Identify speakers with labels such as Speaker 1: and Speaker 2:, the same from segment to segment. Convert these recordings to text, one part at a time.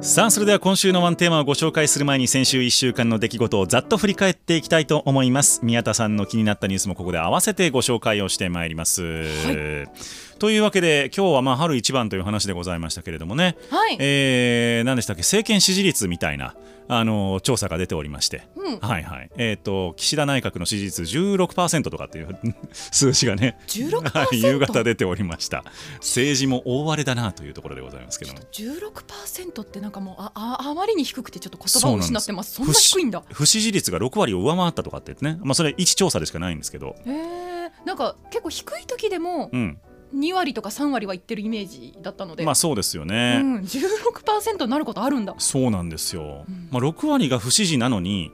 Speaker 1: さあそれでは今週のワンテーマをご紹介する前に先週1週間の出来事をざっと振り返っていきたいと思います宮田さんの気になったニュースもここで合わせてご紹介をしてまいります、というわけで今日はまあ春一番という話でございましたけれどもね、
Speaker 2: はい
Speaker 1: えー何でしたっけ政権支持率みたいなあの調査が出ておりまして、
Speaker 2: うん
Speaker 1: はいはいえっ、と岸田内閣の支持率16%とかっていう 数字がね
Speaker 2: 16%
Speaker 1: はい 夕方出ておりました政治も大荒れだなというところでございますけども
Speaker 2: 16%ってなんかもうあああまりに低くてちょっと言葉を失ってますそん
Speaker 1: 不
Speaker 2: な
Speaker 1: 支
Speaker 2: 低いんだ
Speaker 1: 不支持率が6割を上回ったとかって言ってね、まあ、それ一調査でしかないんですけど、
Speaker 2: えー、なんか結構低い時でも
Speaker 1: うん
Speaker 2: 2割とか3割はいってるイメージだったので、
Speaker 1: まあそうですよ
Speaker 2: う
Speaker 1: ね、
Speaker 2: ん、16%になることあるんだ
Speaker 1: そうなんですよ、
Speaker 2: うん
Speaker 1: まあ、6割が不支持なのに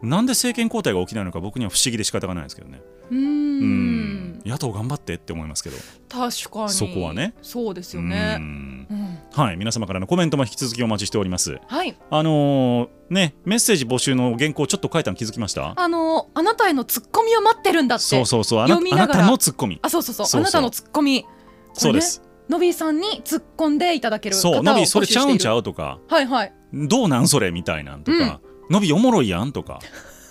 Speaker 1: なんで政権交代が起きないのか僕には不思議で仕方がないですけどね
Speaker 2: うーん
Speaker 1: うん野党頑張ってって思いますけど
Speaker 2: 確かに
Speaker 1: そこはね
Speaker 2: そうですよ
Speaker 1: う
Speaker 2: ね
Speaker 1: ん
Speaker 2: うん
Speaker 1: はい皆様からのコメントも引き続きお待ちしております
Speaker 2: はい
Speaker 1: あのーねメッセージ募集の原稿ちょっと書いたの気づきました
Speaker 2: あのあなたへのツッコミを待ってるんだって
Speaker 1: そうそうそうあな
Speaker 2: 読み
Speaker 1: あ
Speaker 2: な
Speaker 1: な
Speaker 2: がら
Speaker 1: たのツッコミ
Speaker 2: あそうそうそう
Speaker 1: そうそう
Speaker 2: あなたのツッコミ
Speaker 1: そうです
Speaker 2: のびさんに突っ込んでいただける方を
Speaker 1: そうナビそれ
Speaker 2: 募
Speaker 1: ち
Speaker 2: 集し
Speaker 1: ゃ
Speaker 2: て
Speaker 1: う
Speaker 2: い
Speaker 1: ん
Speaker 2: る
Speaker 1: ちゃうとか
Speaker 2: はいはい
Speaker 1: どうなんそれみたいなんとか、のびおもろいやんと か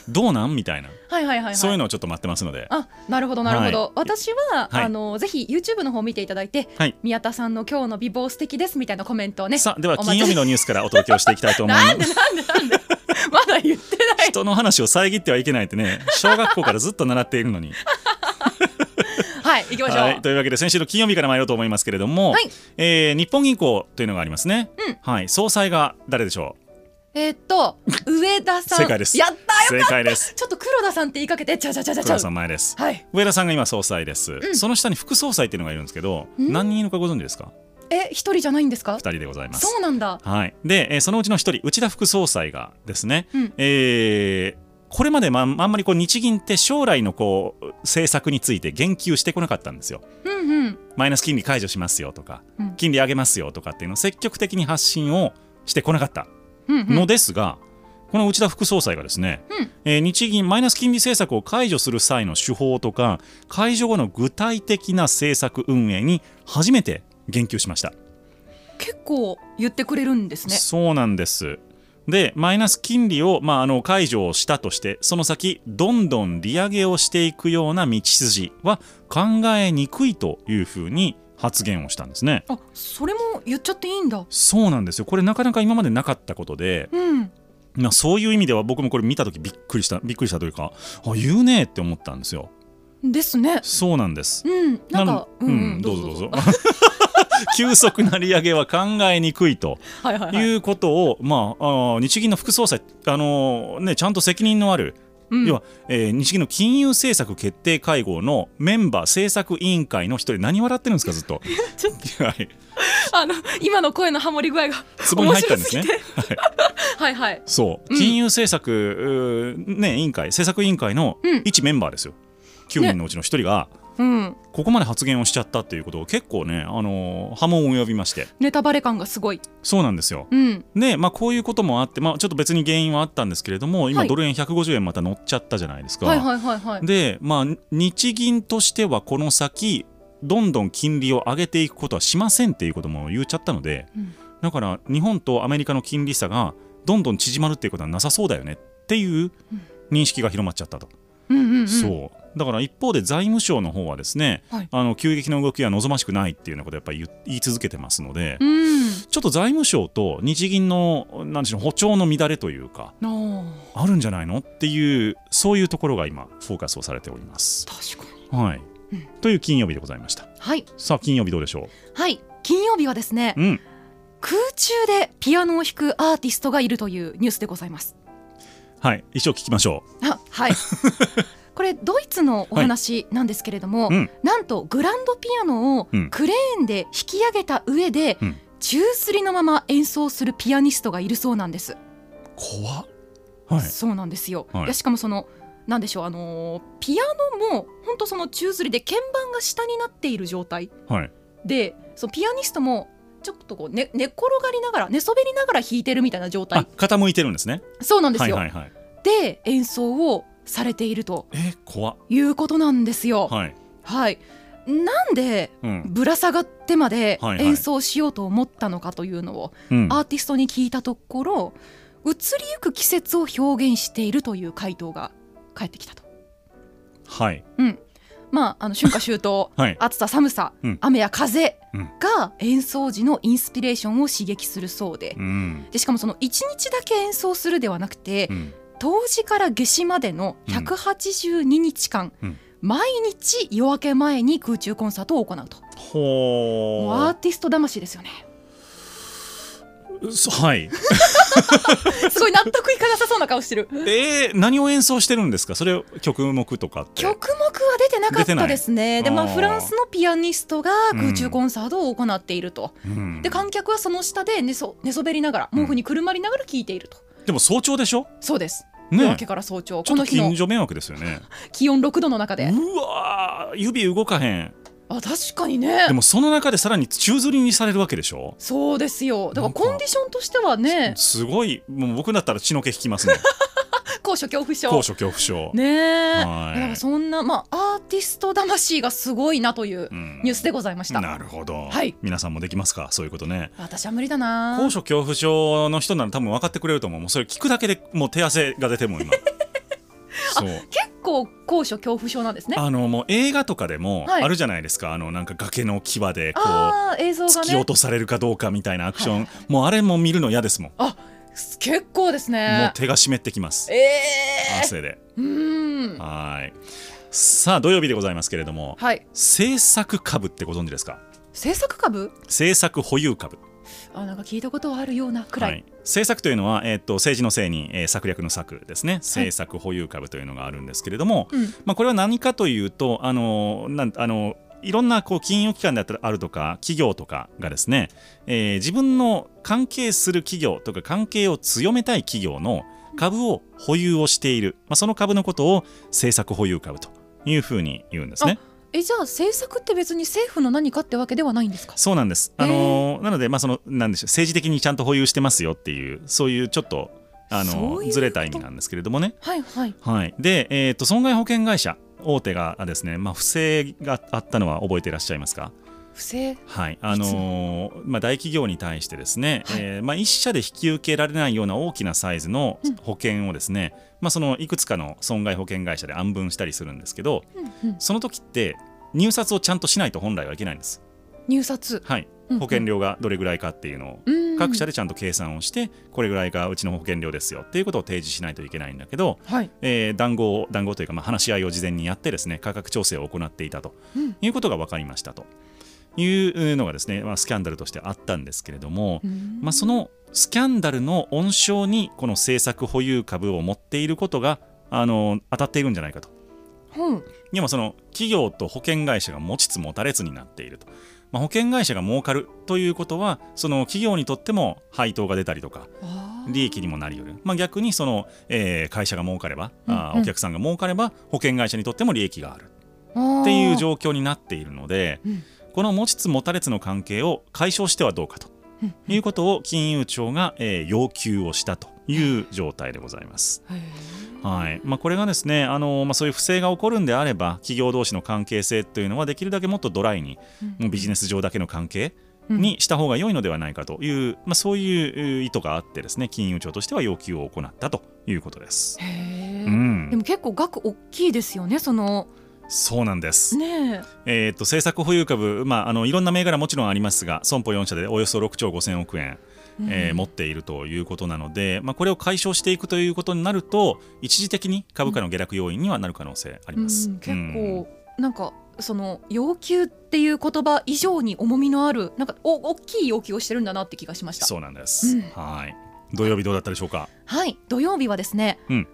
Speaker 1: どうなんみたいな、
Speaker 2: はいはいはいはい
Speaker 1: そういうのをちょっと待ってますので
Speaker 2: あなるほどなるほど、
Speaker 1: はい
Speaker 2: 私は、
Speaker 1: はい
Speaker 2: あのぜひ YouTube の方を見ていただいて、
Speaker 1: はい
Speaker 2: 宮田さんの今日の美貌素敵ですみたいなコメントをね
Speaker 1: さあでは
Speaker 2: お待
Speaker 1: 金
Speaker 2: ち
Speaker 1: 曜日のニュースからお届けをしていきたいと思います
Speaker 2: なんでなんでなんで まだ言ってない
Speaker 1: 人の話を遮ってはいけないってね小学校からずっと習っている のに
Speaker 2: はい行きましょう、
Speaker 1: はい、というわけで先週の金曜日から参ろうと思いますけれども、
Speaker 2: はい
Speaker 1: えー日本銀行というのがありますね、
Speaker 2: うん
Speaker 1: はい、総裁が誰でしょう
Speaker 2: えーっと上田さん
Speaker 1: 正解です
Speaker 2: やった
Speaker 1: 正解です
Speaker 2: ちょっと黒田さんって言いかけてちゃうちゃうちゃうちゃう
Speaker 1: 黒田さん前です
Speaker 2: はい
Speaker 1: 上田さんが今総裁です、
Speaker 2: ん
Speaker 1: その下に副総裁っていうのがいるんですけど、
Speaker 2: うん
Speaker 1: 何人いるかご存知ですか
Speaker 2: え一人じゃないんですか
Speaker 1: 2人でございます
Speaker 2: そうなんだ
Speaker 1: はい、で、えーそのうちの1人、内田副総裁がですね、
Speaker 2: うん
Speaker 1: えーこれまで、まあ、あんまりこう日銀って将来のこう政策について言及してこなかったんですよ。
Speaker 2: うんうん
Speaker 1: マイナス金利解除しますよとか、
Speaker 2: うん
Speaker 1: 金利上げますよとかっていうのを積極的に発信をしてこなかった
Speaker 2: うんうん
Speaker 1: のですが、この内田副総裁がですね、
Speaker 2: うん
Speaker 1: えー日銀マイナス金利政策を解除する際の手法とか解除後の具体的な政策運営に初めて言及しました。
Speaker 2: 結構言ってくれるんですね
Speaker 1: そうなんです。でマイナス金利を、まあ、あの解除をしたとしてその先どんどん利上げをしていくような道筋は考えにくいというふうに発言をしたんですね。
Speaker 2: あそれも言っちゃっていいんだ
Speaker 1: そうなんですよこれなかなか今までなかったことで、
Speaker 2: うん
Speaker 1: まあ、そういう意味では僕もこれ見た時びっくりしたびっくりしたというかあ言うねえって思ったんですよ。
Speaker 2: ですね
Speaker 1: そうなんです。
Speaker 2: うんなんか
Speaker 1: なのうん、どうぞどうぞ。 急速な利上げは考えにくいと
Speaker 2: はいはいはい
Speaker 1: いうことを、まあ、あー日銀の副総裁、あのーね、ちゃんと責任のある、
Speaker 2: うん
Speaker 1: 要は、えー日銀の金融政策決定会合のメンバー政策委員会の一人、何笑ってるんですか、ずっと。
Speaker 2: ちょっ
Speaker 1: はい、
Speaker 2: あの今の声のハモり具合が
Speaker 1: ツボに入ったんですね
Speaker 2: 面。はいはい
Speaker 1: そう、
Speaker 2: うん
Speaker 1: 金融政策、うーね、委員会、政策委員会の
Speaker 2: うん
Speaker 1: 一メンバーですよ、9人のうちの一人が、
Speaker 2: うん
Speaker 1: ここまで発言をしちゃったっていうことを結構ね、あのー波紋を及びまして、
Speaker 2: ネタバレ感がすごい
Speaker 1: そうなんですよ。
Speaker 2: うん
Speaker 1: で、まあ、こういうこともあって、まあ、ちょっと別に原因はあったんですけれども今
Speaker 2: はい
Speaker 1: ドル円150円また乗っちゃったじゃないですか。
Speaker 2: はいはいはいはい
Speaker 1: で、まあ、日銀としてはこの先どんどん金利を上げていくことはしませんっていうことも言っちゃったので
Speaker 2: うん
Speaker 1: だから日本とアメリカの金利差がどんどん縮まるっていうことはなさそうだよねっていう認識が広まっちゃったと。
Speaker 2: うんうんうん
Speaker 1: そうだから一方で財務省の方はですね、
Speaker 2: はい
Speaker 1: あの急激な動きは望ましくないっていうようなことをやっぱり言言い続けてますので、
Speaker 2: うん
Speaker 1: ちょっと財務省と日銀のなんでしょう歩調の乱れというか
Speaker 2: なあ
Speaker 1: あるんじゃないのっていうそういうところが今フォーカスをされております。
Speaker 2: 確かに
Speaker 1: はい、という金曜日でございました。
Speaker 2: はい
Speaker 1: さあ金曜日どうでしょ
Speaker 2: はい金曜日はですね
Speaker 1: う、うん、
Speaker 2: 空中でピアノを弾くアーティストがいるというニュースでございます
Speaker 1: はい一応聞きましょ
Speaker 2: あ はいこれドイツのお話なんですけれども、
Speaker 1: う。うん、
Speaker 2: なんとグランドピアノを
Speaker 1: うん
Speaker 2: クレーンで引き上げた上で、
Speaker 1: うん
Speaker 2: 宙吊りのまま演奏するピアニストがいるそうなんです。
Speaker 1: 怖っはい
Speaker 2: そうなんですよ、
Speaker 1: はい
Speaker 2: いやしかもそのなんでしょうあのーピアノも本当その宙吊りで鍵盤が下になっている状態
Speaker 1: はい
Speaker 2: でそのピアニストもちょっとこう、ね、寝転がりながら寝そべりながら弾いてるみたいな状
Speaker 1: あ
Speaker 2: 態
Speaker 1: 傾いてるんですね。
Speaker 2: そうなんで
Speaker 1: は
Speaker 2: す
Speaker 1: い
Speaker 2: よ、
Speaker 1: はいはい。
Speaker 2: で演奏をされていると
Speaker 1: え怖っ
Speaker 2: いうことなんですよ。
Speaker 1: はい
Speaker 2: はい、なんで
Speaker 1: うん
Speaker 2: ぶら下がってまで
Speaker 1: はいはい
Speaker 2: 演奏しようと思ったのかというのを
Speaker 1: うん、
Speaker 2: アーティストに聞いたところ移りゆく季節を表現しているという回答が返ってきたと。
Speaker 1: はい
Speaker 2: うん、まああの春夏秋冬
Speaker 1: はい
Speaker 2: 暑さ寒さ、
Speaker 1: うん
Speaker 2: 雨や風
Speaker 1: うん
Speaker 2: が演奏時のインスピレーションを刺激するそうで,、
Speaker 1: うん
Speaker 2: でしかもその1日だけ演奏するではなくて、
Speaker 1: うん
Speaker 2: 冬至から夏至までの182日間、
Speaker 1: うん
Speaker 2: 毎日夜明け前に空中コンサートを行うともうア
Speaker 1: ほ
Speaker 2: ーティスト魂ですよね
Speaker 1: うそはい
Speaker 2: すごい納得いかなさそうな顔して る
Speaker 1: えー、何を演奏してるんですかそれ曲目とかって
Speaker 2: 曲目は出てなかったですねでまあ
Speaker 1: あー
Speaker 2: フランスのピアニストが空中コンサートを行っていると、
Speaker 1: うん
Speaker 2: で観客はその下で寝そ寝そべりながら毛布にくるまりながら聴いていると、
Speaker 1: でも早朝でしょ
Speaker 2: そうです、夜明
Speaker 1: ね
Speaker 2: けから早朝
Speaker 1: ちょ
Speaker 2: こ
Speaker 1: っ
Speaker 2: の
Speaker 1: と
Speaker 2: 日の
Speaker 1: 近所迷惑ですよね
Speaker 2: 気温6度の中で
Speaker 1: うわー指動かへん
Speaker 2: あ確かにね
Speaker 1: でもその中でさらに宙吊りにされるわけでしょ
Speaker 2: そうですよ
Speaker 1: な
Speaker 2: だから
Speaker 1: んか
Speaker 2: コンディションとしてはね
Speaker 1: すごいもう僕だったら血の気引き ますね
Speaker 2: 高所恐怖症
Speaker 1: 高所恐怖症、
Speaker 2: ねえだ
Speaker 1: はい
Speaker 2: からそんな、まあ、アーティスト魂がすごいなという
Speaker 1: うん
Speaker 2: ニュースでございました、
Speaker 1: なるほど、
Speaker 2: はい
Speaker 1: 皆さんもできますかそういうことね
Speaker 2: 私は無理だな
Speaker 1: 高所恐怖症の人なら多分分かってくれると思うもうそれ聞くだけでもう手汗が出て もう今そう
Speaker 2: 結構高所恐怖症なんですね
Speaker 1: あのもう映画とかでも
Speaker 2: はい
Speaker 1: あるじゃないですか、あのなんか崖の際でこう
Speaker 2: ああー映像が
Speaker 1: 突き落
Speaker 2: ね
Speaker 1: とされるかどうかみたいなアクション、
Speaker 2: はい
Speaker 1: もうあれも見るの嫌ですもん、
Speaker 2: 結構です
Speaker 1: もう
Speaker 2: ね
Speaker 1: 手が湿ってきます
Speaker 2: ええー、
Speaker 1: 汗で
Speaker 2: うーん
Speaker 1: はいさあ土曜日でございますけれども
Speaker 2: はい
Speaker 1: 制作株ってご存知ですか
Speaker 2: 制作株
Speaker 1: 制作保有株
Speaker 2: あなんか聞いたことはあるようなくらい、
Speaker 1: はい、政策というのは、えー、と政治の政に、えー策略の策ですね政策保有株というのがあるんですけれども、
Speaker 2: うん
Speaker 1: まあ、これは何かというとあのーなんあのーいろんなこう金融機関であったりあるとか企業とかがですね、えー自分の関係する企業とか関係を強めたい企業の株を保有をしている、まあ、その株のことを政策保有株というふうに言うんですね。
Speaker 2: えじゃあ政策って別に政府の何かってわけではないんですか
Speaker 1: そうなんです。あのーなので、まあ、その、なんでしょう、政治的にちゃんと保有してますよっていう、そういうちょっと。あ
Speaker 2: そういう
Speaker 1: の
Speaker 2: こ
Speaker 1: ー
Speaker 2: と
Speaker 1: ずれた意味なんですけれどもね。
Speaker 2: はいはい
Speaker 1: はい、で、えっ、と、損害保険会社。大手がですね、まあ、不正があったのは覚えていらっしゃいますか。
Speaker 2: 不正
Speaker 1: はい、あのーまあ、大企業に対してですね、
Speaker 2: はい
Speaker 1: えーまあ、一社で引き受けられないような大きなサイズの
Speaker 2: うん
Speaker 1: 保険をですね、まあ、そのいくつかの損害保険会社で案分したりするんですけど
Speaker 2: うんうん
Speaker 1: その時って入札をちゃんとしないと本来はいけないんです、
Speaker 2: 入札
Speaker 1: はい、
Speaker 2: うんうん
Speaker 1: 保険料がどれぐらいかっていうのを
Speaker 2: うん
Speaker 1: 各社でちゃんと計算をしてこれぐらいがうちの保険料ですよっていうことを提示しないといけないんだけど、
Speaker 2: はい
Speaker 1: えー談合を談合というかまあ話し合いを事前にやってですね価格調整を行っていたと
Speaker 2: うん
Speaker 1: いうことが分かりましたというのがですね、まあ、スキャンダルとしてあったんですけれども、
Speaker 2: うん
Speaker 1: まあ、そのスキャンダルの温床にこの政策保有株を持っていることがあの当たっているんじゃないかと。
Speaker 2: うん
Speaker 1: でもその企業と保険会社が持ちつ持たれつになっていると、まあ、保険会社が儲かるということはその企業にとっても配当が出たりとか
Speaker 2: あー
Speaker 1: 利益にもなり得る、まあ、逆にその、えー会社が儲かれば、あー
Speaker 2: うんうん
Speaker 1: お客さんが儲かれば保険会社にとっても利益がある
Speaker 2: あー
Speaker 1: っていう状況になっているので
Speaker 2: うん
Speaker 1: この持ちつ持たれつの関係を解消してはどうかと
Speaker 2: うん
Speaker 1: いうことを金融庁が、えー要求をしたという状態でございます。
Speaker 2: へ
Speaker 1: はいまあ、これがですねあの、まあ、そういう不正が起こるんであれば企業同士の関係性というのはできるだけもっとドライに
Speaker 2: ー
Speaker 1: もうビジネス上だけの関係
Speaker 2: うん
Speaker 1: にした方が良いのではないかという、まあ、そういうえー意図があってですね金融庁としては要求を行ったということです。
Speaker 2: へ
Speaker 1: う
Speaker 2: ー
Speaker 1: ん
Speaker 2: で、も結構額大きいですよねその
Speaker 1: そうなんです、
Speaker 2: ねえ
Speaker 1: えー、と政策保有株、まあ、あのいろんな銘柄もちろんありますが損保4社でおよそ6兆5000億円、えー持っているということなので、まあ、これを解消していくということになると一時的に株価の下落要因にはなる可能性あり
Speaker 2: うん
Speaker 1: ます。
Speaker 2: 結
Speaker 1: うん
Speaker 2: 構なんかその要求っていう言葉以上に重みのあるなんかお大きい要求をしてるんだなって気がしました
Speaker 1: そうなんです、
Speaker 2: うん
Speaker 1: はい土曜日どうだったでしょうか
Speaker 2: はい土曜日はですね、
Speaker 1: うん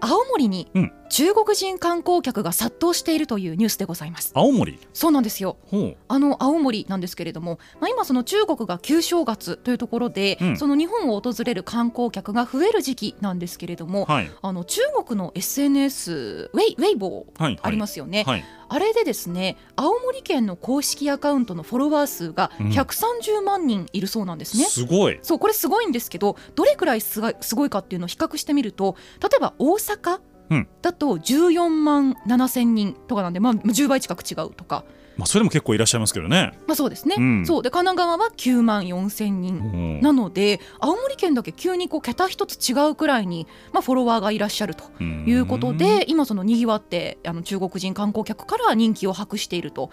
Speaker 2: 青森に
Speaker 1: うん
Speaker 2: 中国人観光客が殺到しているというニュースでございます、
Speaker 1: 青森
Speaker 2: そうなんですよ
Speaker 1: ほ
Speaker 2: あの青森なんですけれども、まあ、今その中国が旧正月というところで、
Speaker 1: うん
Speaker 2: その日本を訪れる観光客が増える時期なんですけれども、
Speaker 1: うはい
Speaker 2: あの中国の SNS ウェイウェイボー
Speaker 1: はい
Speaker 2: ありますすよね、
Speaker 1: はい
Speaker 2: あれでですね青森県の公式アカウントのフォロワー数が
Speaker 1: うん
Speaker 2: 130万人いるそうなんですね。
Speaker 1: すごい
Speaker 2: そうこれすごいんですけどどれくらいすごいすごいかっていうのを比較してみると例えば大阪
Speaker 1: うん
Speaker 2: だと14万7千人とかなんで、まあ、10倍近く違うとか
Speaker 1: まあ、それでも結構いらっしゃいますけどね。
Speaker 2: まあ、そうですね、
Speaker 1: うん
Speaker 2: そうで神奈川は9万4千人、
Speaker 1: うん
Speaker 2: なので青森県だけ急にこう桁一つ違うくらいに、まあ、フォロワーがいらっしゃるということで、今そのにぎわってあの中国人観光客から人気を博していると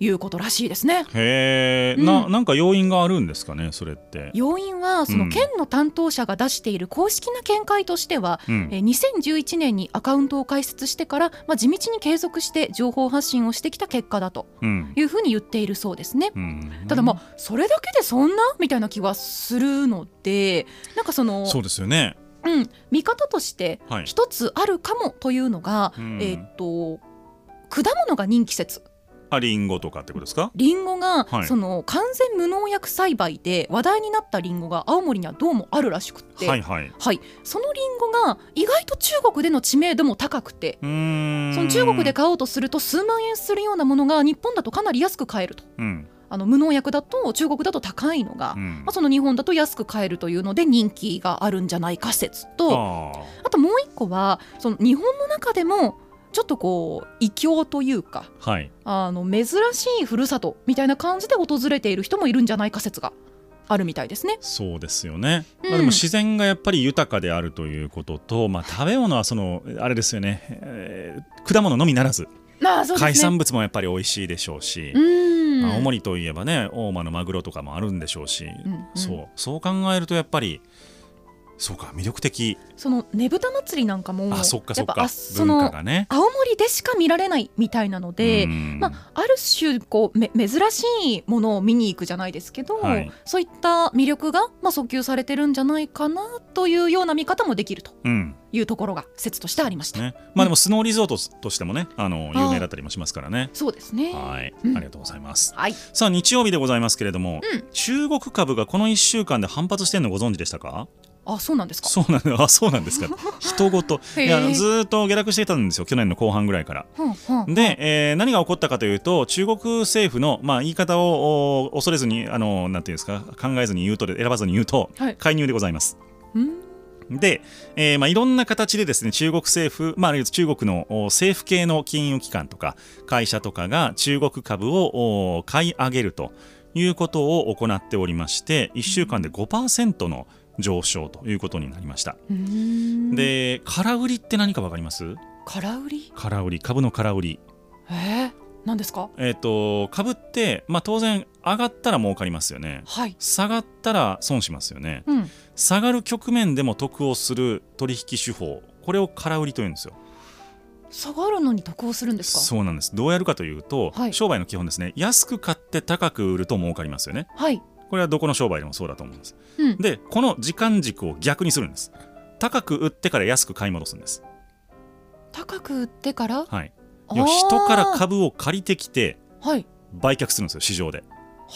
Speaker 2: いうことらしいですね。
Speaker 1: へえ、
Speaker 2: うん
Speaker 1: ななんか要因があるんですかねそれって。
Speaker 2: 要因はそうの
Speaker 1: ん
Speaker 2: 県の担当者が出している公式な見解としては、
Speaker 1: うん
Speaker 2: えー2011年にアカウントを開設してから、まあ、地道に継続して情報発信をしてきた結果だと
Speaker 1: うん
Speaker 2: いうふうに言っているそうですね。
Speaker 1: うん
Speaker 2: ただまあそれだけでそんなみたいな気はするのでなんかその
Speaker 1: そうですよね。
Speaker 2: うん、見方として
Speaker 1: はい
Speaker 2: 一つあるかもというのが、
Speaker 1: うん
Speaker 2: えーっと果物が人気説
Speaker 1: あリンゴとかってことですか？
Speaker 2: リンゴが、
Speaker 1: はい
Speaker 2: その完全無農薬栽培で話題になったリンゴが青森にはどうもあるらしくって、
Speaker 1: はいはい。
Speaker 2: はいそのリンゴが意外と中国での知名度も高くて
Speaker 1: うーん。
Speaker 2: その中国で買おうとすると数万円するようなものが日本だとかなり安く買えると
Speaker 1: うん
Speaker 2: あの無農薬だと中国だと高いのが、
Speaker 1: うん
Speaker 2: まあ、その日本だと安く買えるというので人気があるんじゃないか説と。
Speaker 1: あー
Speaker 2: あともう一個はその日本の中でもちょっとこう異郷というか
Speaker 1: はい。
Speaker 2: あの珍しいふるさとみたいな感じで訪れている人もいるんじゃないか説があるみたいですね。
Speaker 1: そうですよね、ま
Speaker 2: う
Speaker 1: あ、で
Speaker 2: ん
Speaker 1: も自然がやっぱり豊かであるということと、まあ、食べ物はそのあれですよね、えー果物のみならず、
Speaker 2: ああそう
Speaker 1: 海産物もやっぱり美味しいでしょうし、
Speaker 2: うん
Speaker 1: 青森といえばね大間のマグロとかもあるんでしょうし、
Speaker 2: んうん
Speaker 1: そうそう考えるとやっぱりそうか魅力的
Speaker 2: そのねぶた祭りなんかも
Speaker 1: あそっかそっ
Speaker 2: やっぱ
Speaker 1: か
Speaker 2: あそ
Speaker 1: 文化
Speaker 2: の
Speaker 1: がね。
Speaker 2: 青森でしか見られないみたいなので、
Speaker 1: うん
Speaker 2: まあ、ある種こうめ珍しいものを見に行くじゃないですけど、
Speaker 1: はい
Speaker 2: そういった魅力が、まあ、訴求されてるんじゃないかなというような見方もできると
Speaker 1: うん
Speaker 2: いうところが説としてありました。
Speaker 1: ねまあ、でもスノーリゾートとしてもねあの有名だったりもしますからね。
Speaker 2: そうですね。
Speaker 1: はい、
Speaker 2: うん
Speaker 1: ありがとうございます。
Speaker 2: はい。
Speaker 1: さあ日曜日でございますけれども、
Speaker 2: うん
Speaker 1: 中国株がこの1週間で反発してるのご存知でしたか
Speaker 2: あ、そうなんですか。
Speaker 1: そうなんだあそうなんです か人ごといや
Speaker 2: へえ
Speaker 1: ずーっと下落してたんですよ去年の後半ぐらいから。
Speaker 2: うんうん。
Speaker 1: で、えー何が起こったかというと中国政府の、まあ、言い方をお恐れずにあのなんていうんですか考えずに言うとで選ばずに言うと、
Speaker 2: はい
Speaker 1: 介入でございます。
Speaker 2: うん。
Speaker 1: で、えーまあ、いろんな形でですね中国政府、まあ、あるいは中国のお政府系の金融機関とか会社とかが中国株をお買い上げるということを行っておりまして1週間で5%の上昇ということになりました。
Speaker 2: うーん。
Speaker 1: で空売りって何か分かります
Speaker 2: 空売り。
Speaker 1: 空売り株の空売り、
Speaker 2: ええなんですか。
Speaker 1: えー、と株って、まあ、当然上がったら儲かりますよね
Speaker 2: はい。
Speaker 1: 下がったら損しますよね
Speaker 2: うん。
Speaker 1: 下がる局面でも得をする取引手法これを空売りというんですよ
Speaker 2: 下がるのに得をするんですか。
Speaker 1: そうなんですどうやるかというと、
Speaker 2: はい
Speaker 1: 商売の基本ですね安く買って高く売ると儲かりますよね
Speaker 2: はい。
Speaker 1: これはどこの商売でもそうだと思うんです
Speaker 2: うん。
Speaker 1: でこの時間軸を逆にするんです高く売ってから安く買い戻すんです
Speaker 2: 高く売ってから。
Speaker 1: はい
Speaker 2: あー
Speaker 1: 要は人から。株を借りてきて
Speaker 2: はい。
Speaker 1: 売却するんですよ市場で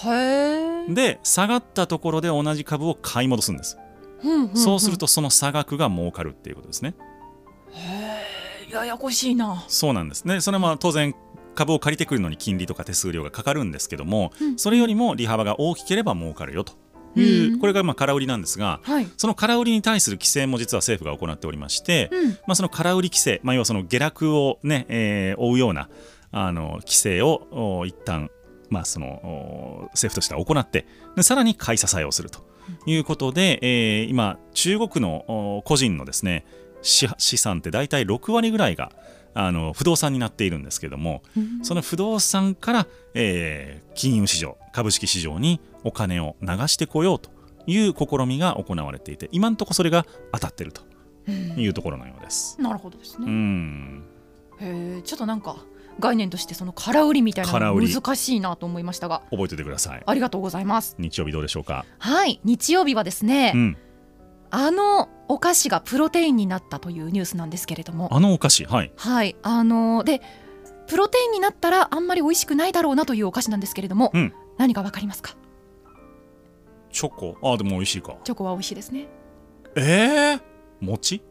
Speaker 2: へえ。
Speaker 1: で下がったところで同じ株を買い戻すんです、
Speaker 2: うんん
Speaker 1: そうする。とその差額が儲かるっていうことですね
Speaker 2: へえ。ややこしいな。
Speaker 1: そうなんですねそれはまあ当然株を借りてくるのに金利とか手数料がかかるんですけども、
Speaker 2: うん
Speaker 1: それよりも利幅が大きければ儲かるよという、
Speaker 2: うん
Speaker 1: これがまあ空売りなんですが
Speaker 2: はい。
Speaker 1: その空売りに対する規制も実は政府が行っておりまして、
Speaker 2: うん。
Speaker 1: まあ、その空売り規制、まあ、要はその下落を、ねえー追うようなあの規制をお一旦まあそのお政府としては行ってでさらに買い支えをするということで、えー今中国のお個人のですね資資産って大体6割ぐらいがあの不動産になっているんですけども
Speaker 2: うん
Speaker 1: その不動産から、えー金融市場株式市場にお金を流してこようという試みが行われていて今のところそれが当たっているというところのようです。
Speaker 2: なるほどです
Speaker 1: う
Speaker 2: ね。
Speaker 1: ん、
Speaker 2: へえ。ちょっとなんか。概念としてその空売りみたいな
Speaker 1: 空
Speaker 2: の
Speaker 1: 売り
Speaker 2: 難しいなと思いましたが
Speaker 1: 覚えておいてください。
Speaker 2: ありがとうございます
Speaker 1: 日曜日どうでしょうか。
Speaker 2: はい日曜日はですね、
Speaker 1: うん、
Speaker 2: あのお菓子がプロテインになったというニュースなんですけれども、
Speaker 1: あのお菓子、はい。
Speaker 2: はい、あのでプロテインになったらあんまり美味しくないだろうなというお菓子なんですけれども、
Speaker 1: うん
Speaker 2: 何かわかりますか？
Speaker 1: チョコ、あ、でも美味しいか。
Speaker 2: チョコは美味しいですね。
Speaker 1: ええー、餅。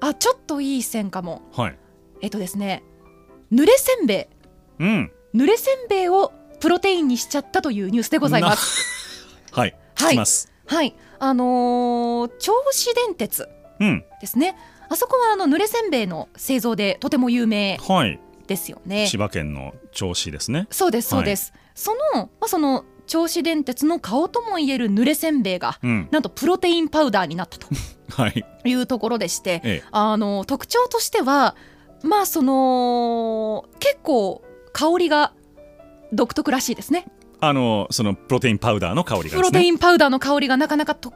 Speaker 2: あ、ちょっといい線かも。
Speaker 1: はい。
Speaker 2: えっとですね、濡れせんべ
Speaker 1: うん。
Speaker 2: い、濡れせんべいをプロテインにしちゃったというニュースでございます。
Speaker 1: す。 はい。
Speaker 2: は
Speaker 1: 聞
Speaker 2: い
Speaker 1: きます。
Speaker 2: はい、あのー、銚子電鉄
Speaker 1: うん。
Speaker 2: ですね。あそこはあの濡れせんべいの製造でとても有名
Speaker 1: はい。
Speaker 2: ですよね。
Speaker 1: 千葉県の銚子ですね。
Speaker 2: そうですそうです。そのまあその銚子電鉄の顔ともいえる濡れせんべいが
Speaker 1: うん、
Speaker 2: なんとプロテインパウダーになったと
Speaker 1: はい、
Speaker 2: いうところでして、
Speaker 1: ええ、
Speaker 2: あの特徴としてはまあその結構香りが独特らしいですね
Speaker 1: あのそのプロテインパウダーの香りが
Speaker 2: プ
Speaker 1: で
Speaker 2: ロ
Speaker 1: す
Speaker 2: テ
Speaker 1: ね。
Speaker 2: インパウダーの香りがなかなかと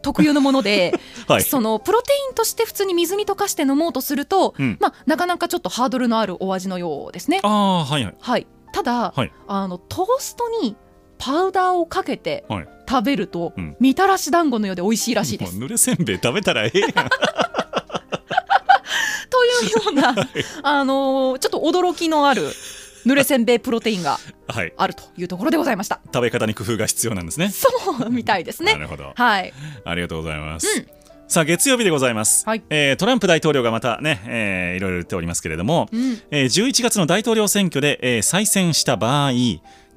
Speaker 2: 特有のもので、
Speaker 1: はい、
Speaker 2: そのプロテインとして普通に水に溶かして飲もうとすると、
Speaker 1: うん
Speaker 2: まあ、なかなかちょっとハードルのあるお味のようですね。
Speaker 1: ああーはいはい
Speaker 2: はい、ただ、
Speaker 1: はい
Speaker 2: あのトーストにパウダーをかけて
Speaker 1: はい。
Speaker 2: 食べると、
Speaker 1: うん
Speaker 2: みたらし団子のようで美味しいらしいです。
Speaker 1: もう濡れせんべい食べたらええやん。
Speaker 2: というような、 あのーちょっと驚きのある濡れせんべいプロテインが
Speaker 1: はい、
Speaker 2: あるというところでございました。
Speaker 1: 食べ方に工夫が必要なんですね。
Speaker 2: そうみたいです
Speaker 1: な
Speaker 2: ね。
Speaker 1: るほど。
Speaker 2: はい、
Speaker 1: ありがとうございます。
Speaker 2: うん
Speaker 1: さあ月曜日でございます、
Speaker 2: はい
Speaker 1: えートランプ大統領がまたね、えーいろいろ言っておりますけれども、
Speaker 2: うん、
Speaker 1: えー11月の大統領選挙で、えー再選した場合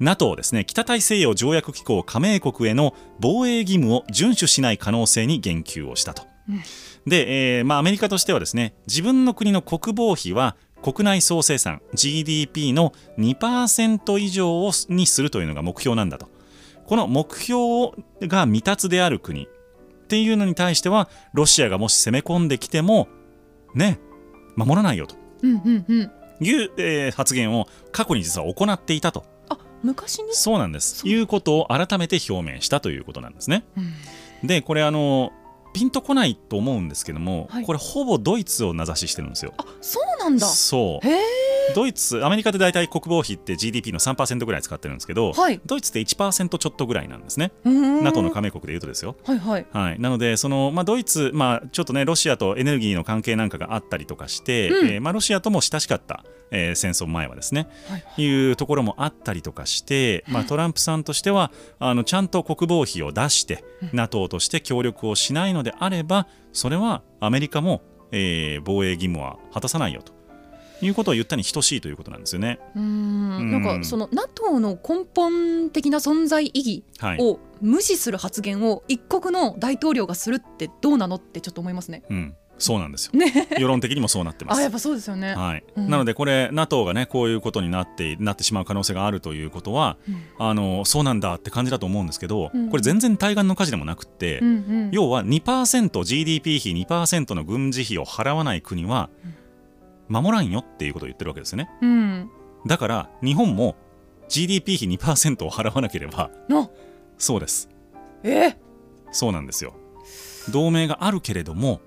Speaker 1: NATO ですね北大西洋条約機構加盟国への防衛義務を遵守しない可能性に言及をしたと、
Speaker 2: うん
Speaker 1: で、えーまあ、アメリカとしてはですね自分の国の国防費は国内総生産 GDP の2%以上をにするというのが目標なんだとこの目標が未達である国っていうのに対してはロシアがもし攻め込んできてもね守らないよと
Speaker 2: うん、うん、うん。
Speaker 1: いう、えー発言を過去に実は行っていたと
Speaker 2: あ、昔に。
Speaker 1: そうなんです
Speaker 2: そう
Speaker 1: いうことを改めて表明したということなんですね。
Speaker 2: うん
Speaker 1: でこれあのピンとこないと思うんですけども、
Speaker 2: はい
Speaker 1: これほぼドイツを名指ししてるんですよ。
Speaker 2: あ、そうなんだ。
Speaker 1: そう
Speaker 2: へ
Speaker 1: ドイツアメリカで大体国防費って GDP の3%ぐらい使ってるんですけど、
Speaker 2: はい
Speaker 1: ドイツって1%ちょっとぐらいなんですね、
Speaker 2: うーん
Speaker 1: NATO の加盟国でいうとですよ。
Speaker 2: はいはい。
Speaker 1: はい、なのでその、まあ、ドイツ、まあ、ちょっとねロシアとエネルギーの関係なんかがあったりとかして、
Speaker 2: うん
Speaker 1: えーまあ、ロシアとも親しかった、えー戦争前はですね、
Speaker 2: はい
Speaker 1: い、うところもあったりとかして、まあ、トランプさんとしてはあのちゃんと国防費を出して、NATO として協力をしないのであればそれはアメリカも、えー防衛義務は果たさないよということを言ったに等しいということなんですよね。
Speaker 2: うーんなん
Speaker 1: うん
Speaker 2: かその NATO の根本的な存在意義
Speaker 1: はい
Speaker 2: を無視する発言を一国の大統領がするってどうなのってちょっと思いますね。
Speaker 1: うん、そうなんですよ
Speaker 2: ね。
Speaker 1: 世論的にもそうなってま
Speaker 2: あ
Speaker 1: す
Speaker 2: やっ。ぱそうですよね。
Speaker 1: はい
Speaker 2: うん
Speaker 1: なのでこれ NATO がねこういうことになってなってしまう可能性があるということは
Speaker 2: うん
Speaker 1: あのそうなんだって感じだと思うんですけど、
Speaker 2: うん
Speaker 1: これ全然対岸の火事でもなくって、
Speaker 2: うんうん
Speaker 1: 要は 2%GDP 比2%の軍事費を払わない国は守らんよっていうことを言ってるわけですよね
Speaker 2: うん
Speaker 1: だから日本も GDP 比2%を払わなければ
Speaker 2: の
Speaker 1: そうです
Speaker 2: え
Speaker 1: そうなんですよ同盟があるけれども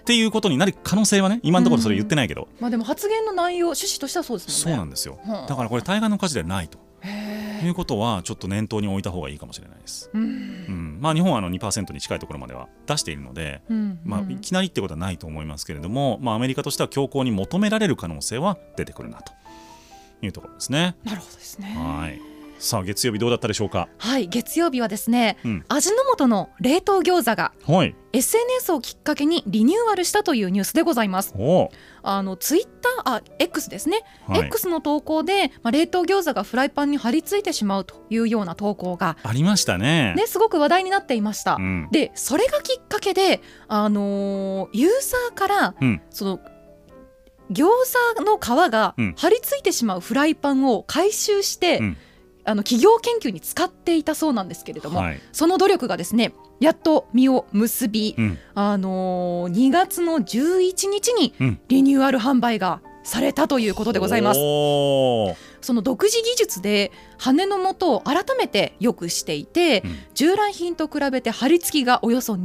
Speaker 1: っていうことになる可能性はね今のところそれ言ってないけど、
Speaker 2: まあでも発言の内容趣旨としてはそうです
Speaker 1: そう
Speaker 2: もん
Speaker 1: な
Speaker 2: ね。
Speaker 1: んですよ
Speaker 2: はあ
Speaker 1: だからこれ対岸の火事ではないと
Speaker 2: へ
Speaker 1: ということはちょっと念頭に置いた方がいいかもしれないです。
Speaker 2: ーうん
Speaker 1: うんまあ、日本はあの2%に近いところまでは出しているので、
Speaker 2: うん
Speaker 1: ま
Speaker 2: う
Speaker 1: あ、い
Speaker 2: ん
Speaker 1: きなりってことはないと思いますけれども、まあ、アメリカとしては強硬に求められる可能性は出てくるなというところですね。
Speaker 2: なるほどですね。
Speaker 1: はいさあ月曜日どうだったでしょうか。
Speaker 2: はい月曜日はですね
Speaker 1: うん
Speaker 2: 味の素の冷凍餃子が
Speaker 1: はい、
Speaker 2: SNS をきっかけにリニューアルしたというニュースでございます。
Speaker 1: おー
Speaker 2: あのツイッターあ X ですね、
Speaker 1: はい
Speaker 2: X の投稿で、まあ、冷凍餃子がフライパンに張り付いてしまうというような投稿が、
Speaker 1: ありましたね。
Speaker 2: ね、すごく話題になっていました。
Speaker 1: うん
Speaker 2: でそれがきっかけで、あのーユーザーから
Speaker 1: うん
Speaker 2: その餃子の皮が
Speaker 1: うん
Speaker 2: 張り付いてしまうフライパンを回収して、
Speaker 1: うん
Speaker 2: あの企業研究に使っていたそうなんですけれども、
Speaker 1: はい
Speaker 2: その努力がですねやっと実を結び、
Speaker 1: うん
Speaker 2: あのー2月の11日に
Speaker 1: うん
Speaker 2: リニューアル販売がされたということでございます。
Speaker 1: おー
Speaker 2: その独自技術で羽の元を改めて良くしていて、
Speaker 1: うん
Speaker 2: 従来品と比べて張り付きがおよそ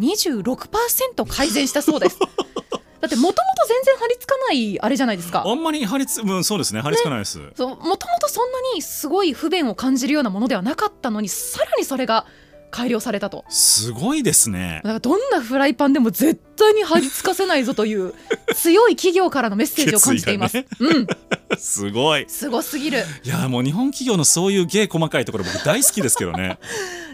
Speaker 2: 26%改善したそ うです。だってもともと全然張り付かないあれじゃないですか
Speaker 1: あ。んまり張りつ、うん、そうですね張り付かないです。
Speaker 2: もともとそんなにすごい不便を感じるようなものではなかったのにさらにそれが改良されたと。
Speaker 1: すごいですね
Speaker 2: だ。からどんなフライパンでも絶対に張り付かせないぞという強い企業からのメッセージを感じてい ます。
Speaker 1: 決
Speaker 2: うん、
Speaker 1: すごい。
Speaker 2: すごすぎる。
Speaker 1: いやもう日本企業のそういう芸細かいところ僕大好きですけど ね。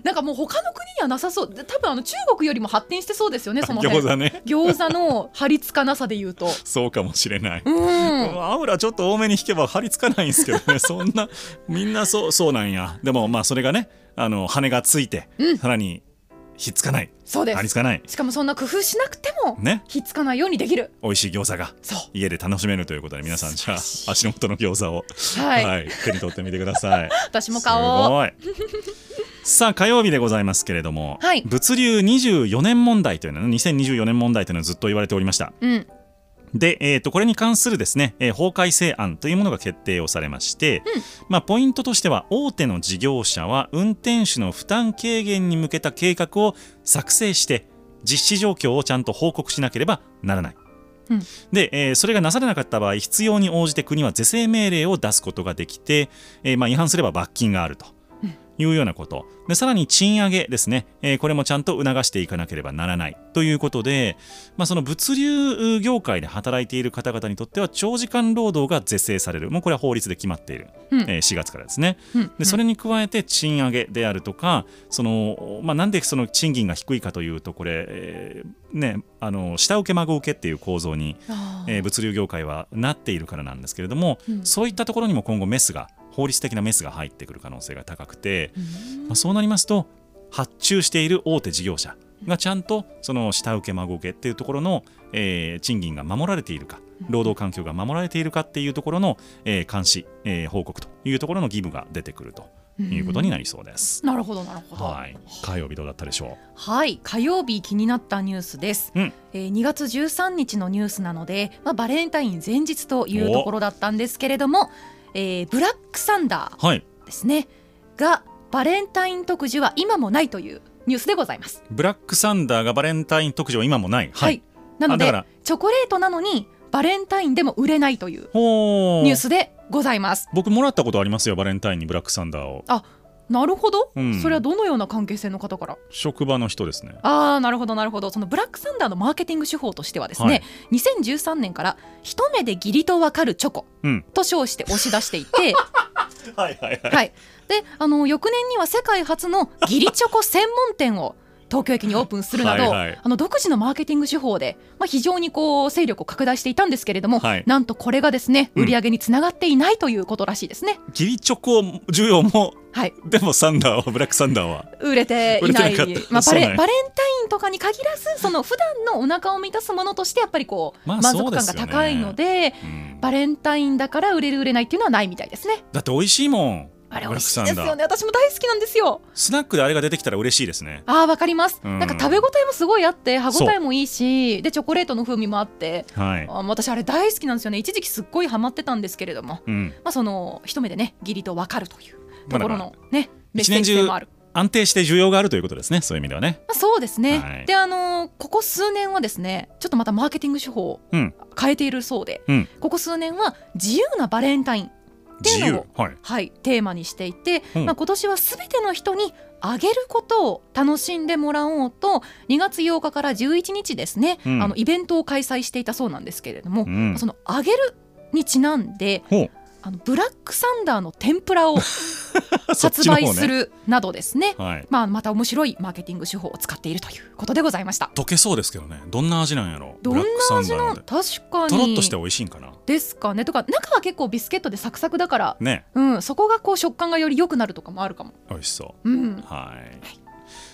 Speaker 2: なんかもう他の国にはなさそう。で多分あの中国よりも発展してそうですよね。その辺
Speaker 1: 餃子ね
Speaker 2: 餃子の張り付かなさで言うと。
Speaker 1: そうかもしれない、
Speaker 2: うん。
Speaker 1: アウラちょっと多めに引けば張り付かないんですけど ねそんなみんなそうそうなんやでもまあそれがねあの羽がついて、
Speaker 2: うん
Speaker 1: さらにひっつかない
Speaker 2: そうで
Speaker 1: 張り
Speaker 2: す
Speaker 1: つかない
Speaker 2: しかもそんな工夫しなくても
Speaker 1: ね
Speaker 2: ひっつかないようにできる
Speaker 1: 美味しい餃子が
Speaker 2: そ
Speaker 1: 家で楽しめるということで皆さんじゃあ
Speaker 2: 素晴らし
Speaker 1: 足
Speaker 2: い
Speaker 1: 元の餃子を、
Speaker 2: うはい、
Speaker 1: 手に取ってみてください
Speaker 2: 私も買おう
Speaker 1: すごいさあ火曜日でございますけれども、
Speaker 2: はい
Speaker 1: 物流24年問題というのは2024年問題というのはずっと言われておりました
Speaker 2: うん
Speaker 1: で、えー、とこれに関するですね、えー法改正案というものが決定をされまして、まあ、ポイントとしては大手の事業者は運転手の負担軽減に向けた計画を作成して実施状況をちゃんと報告しなければならない。
Speaker 2: うん
Speaker 1: で、えーそれがなされなかった場合必要に応じて国は是正命令を出すことができて、えーまあ、違反すれば罰金があると。いうようなことでさらに賃上げですね、えーこれもちゃんと促していかなければならないということで、まあ、その物流業界で働いている方々にとっては長時間労働が是正されるもうこれは法律で決まっている、
Speaker 2: うん
Speaker 1: えー4月からですね
Speaker 2: うん
Speaker 1: でそれに加えて賃上げであるとかその、まあ、なんでその賃金が低いかというとこれ、えーね、あの下請け孫請けっていう構造に、
Speaker 2: あー
Speaker 1: えー物流業界はなっているからなんですけれども、
Speaker 2: うん
Speaker 1: そういったところにも今後メスが法律的なメスが入ってくる可能性が高くて、
Speaker 2: うん
Speaker 1: まあ、そうなりますと発注している大手事業者がちゃんとその下請け孫請けっていうところの、えー賃金が守られているか労働環境が守られているかっていうところの、えー監視、えー報告というところの義務が出てくるということになりそうです。
Speaker 2: なるほどなるほどは、
Speaker 1: はいい、火曜日どうだったでしょ
Speaker 2: 火曜日気になったニュースです、
Speaker 1: うん
Speaker 2: えー2月13日のニュースなので、まあ、バレンタイン前日というところだったんですけれども、えーブラックサンダ
Speaker 1: う。はい、
Speaker 2: ーですねがバレンタイン特需は今もないというニュースでございます
Speaker 1: ブラックサンダーがバレンタイン特需は今もない。
Speaker 2: はい、なの
Speaker 1: あだ
Speaker 2: で
Speaker 1: から
Speaker 2: チョコレートなのにバレンタインでも売れないという
Speaker 1: ほー
Speaker 2: ニュースでございます
Speaker 1: 僕もらったことありますよバレンタインにブラックサンダーを
Speaker 2: あなるほど、
Speaker 1: うん
Speaker 2: それはどのような関係性の方から
Speaker 1: 職場の人ですね
Speaker 2: あーなるほどなるほどそのブラックサンダーのマーケティング手法としてはですね、
Speaker 1: はい
Speaker 2: 2013年から「一目で義理とわかるチョコ
Speaker 1: うん」
Speaker 2: と称して押し出していて、
Speaker 1: はいはいはい
Speaker 2: はい、であの翌年には世界初の義理チョコ専門店を東京駅にオープンするなど
Speaker 1: はいはい
Speaker 2: あの独自のマーケティング手法で、まあ、非常にこう勢力を拡大していたんですけれども、
Speaker 1: はい
Speaker 2: なんとこれがですね
Speaker 1: うん
Speaker 2: 売り上げにつながっていないということらしいですね。
Speaker 1: 義理チョコ需要も
Speaker 2: はい、
Speaker 1: でもサンダーはブラックサンダーは
Speaker 2: 売れていな
Speaker 1: 売
Speaker 2: い
Speaker 1: れてなかった
Speaker 2: まあ、
Speaker 1: そ
Speaker 2: バ
Speaker 1: うなん
Speaker 2: レ
Speaker 1: や
Speaker 2: バレンタインとかに限らずその普段のお腹を満たすものとしてやっぱりこう、
Speaker 1: まあそ
Speaker 2: 満足
Speaker 1: うで
Speaker 2: 感
Speaker 1: す
Speaker 2: が
Speaker 1: よね
Speaker 2: 高いので
Speaker 1: うん
Speaker 2: バレンタインだから売れる売れないっていうのはないみたいですね
Speaker 1: だって美味しいもん
Speaker 2: あれ
Speaker 1: ブラ
Speaker 2: 美
Speaker 1: ック
Speaker 2: 味しい
Speaker 1: サン
Speaker 2: です
Speaker 1: ダ
Speaker 2: よ
Speaker 1: ー
Speaker 2: ね私も大好きなんですよ
Speaker 1: スナックであれが出てきたら嬉しいですね
Speaker 2: あーわかります、
Speaker 1: うん
Speaker 2: なんか食べ応えもすごいあって歯応えもいいしでチョコレートの風味もあって
Speaker 1: はい
Speaker 2: あー私あれ大好きなんですよね一時期すっごいハマってたんですけれども
Speaker 1: うん
Speaker 2: まあその一目でね義理と分かるという
Speaker 1: ま
Speaker 2: と
Speaker 1: あだか
Speaker 2: こ
Speaker 1: ら
Speaker 2: ろのねメッ
Speaker 1: 一
Speaker 2: セー
Speaker 1: 年
Speaker 2: ジ
Speaker 1: 中
Speaker 2: 性もある
Speaker 1: 安定して需要があるということですねそういう意味ではね
Speaker 2: まあ、そうですね、
Speaker 1: はい
Speaker 2: であのーここ数年はですねちょっとまたマーケティング手法を
Speaker 1: うん
Speaker 2: 変えているそうで、
Speaker 1: うん
Speaker 2: ここ数年は自由なバレンタイン、って
Speaker 1: 自
Speaker 2: いうの
Speaker 1: 由
Speaker 2: を
Speaker 1: はい
Speaker 2: はい、テーマにしていて、
Speaker 1: うん
Speaker 2: まあ、今年はすべての人にあげることを楽しんでもらおうと2月8日から11日ですね、
Speaker 1: うん
Speaker 2: あのイベントを開催していたそうなんですけれども、
Speaker 1: うん
Speaker 2: そのあげるにちなんで
Speaker 1: ほ
Speaker 2: あのブラックサンダーの天ぷらを
Speaker 1: う そっ
Speaker 2: 発
Speaker 1: ちの
Speaker 2: 売
Speaker 1: 方
Speaker 2: す
Speaker 1: ね
Speaker 2: るなどですね
Speaker 1: はい
Speaker 2: まあ、また面白いマーケティング手法を使っているということでございました。
Speaker 1: 溶けそうですけどねどんな味なんやろ
Speaker 2: ど
Speaker 1: ブ
Speaker 2: んな
Speaker 1: ラックサン
Speaker 2: 味
Speaker 1: ダー
Speaker 2: な
Speaker 1: なんんて
Speaker 2: 確かに
Speaker 1: とろっとして美味しいんかな
Speaker 2: ですかねとか中は結構ビスケットでサクサクだから、
Speaker 1: ね
Speaker 2: うん、そこがこう食感がより良くなるとかもあるかも、
Speaker 1: 美味しそう
Speaker 2: うん、
Speaker 1: はい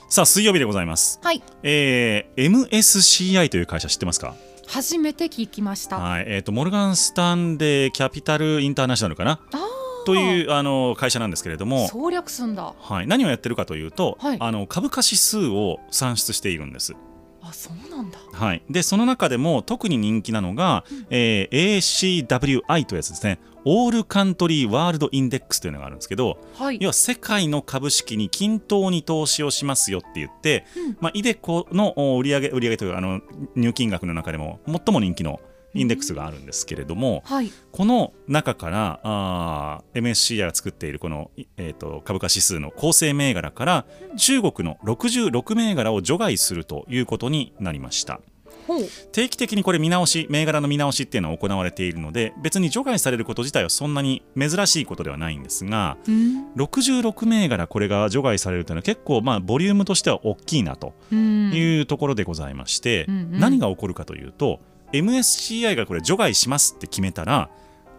Speaker 1: さあ水曜日でございます
Speaker 2: はい
Speaker 1: えー MSCI という会社知ってますか
Speaker 2: 初めて聞きました、
Speaker 1: はいえー、とモルガン・スタンレー・キャピタル・インターナショナルかな
Speaker 2: あー
Speaker 1: というあの会社なんですけれども、
Speaker 2: 省略すんだ
Speaker 1: はい、何をやってるかというと、
Speaker 2: はい
Speaker 1: あの株価指数を算出しているんです、
Speaker 2: あそうなんだ
Speaker 1: はい、でその中でも特に人気なのが、えー ACWI というやつですねオールカントリー・ワールド・インデックスというのがあるんですけど
Speaker 2: はい
Speaker 1: 要は世界の株式に均等に投資をしますよって言って、
Speaker 2: うん
Speaker 1: まあ、イデコのお売上売上というかあの入金額の中でも最も人気のインデックスがあるんですけれども、
Speaker 2: はい
Speaker 1: この中からあー MSCI が作っているこの、いえー、と株価指数の構成銘柄から中国の66銘柄を除外するということになりました
Speaker 2: ほう
Speaker 1: 定期的にこれ見直し銘柄の見直しっていうのは行われているので別に除外されること自体はそんなに珍しいことではないんですが
Speaker 2: うん
Speaker 1: 66銘柄これが除外されるというのは結構まあボリュームとしては大きいなと
Speaker 2: うん
Speaker 1: いうところでございまして、
Speaker 2: うんうん
Speaker 1: 何が起こるかというと MSCI がこれ除外しますって決めたら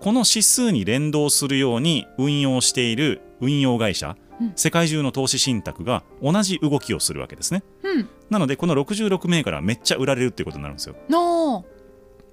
Speaker 1: この指数に連動するように運用している運用会社、
Speaker 2: うん
Speaker 1: 世界中の投資信託が同じ動きをするわけですね
Speaker 2: うん
Speaker 1: なのでこの66銘柄めっちゃ売られるっていうことになるんですよ
Speaker 2: なあ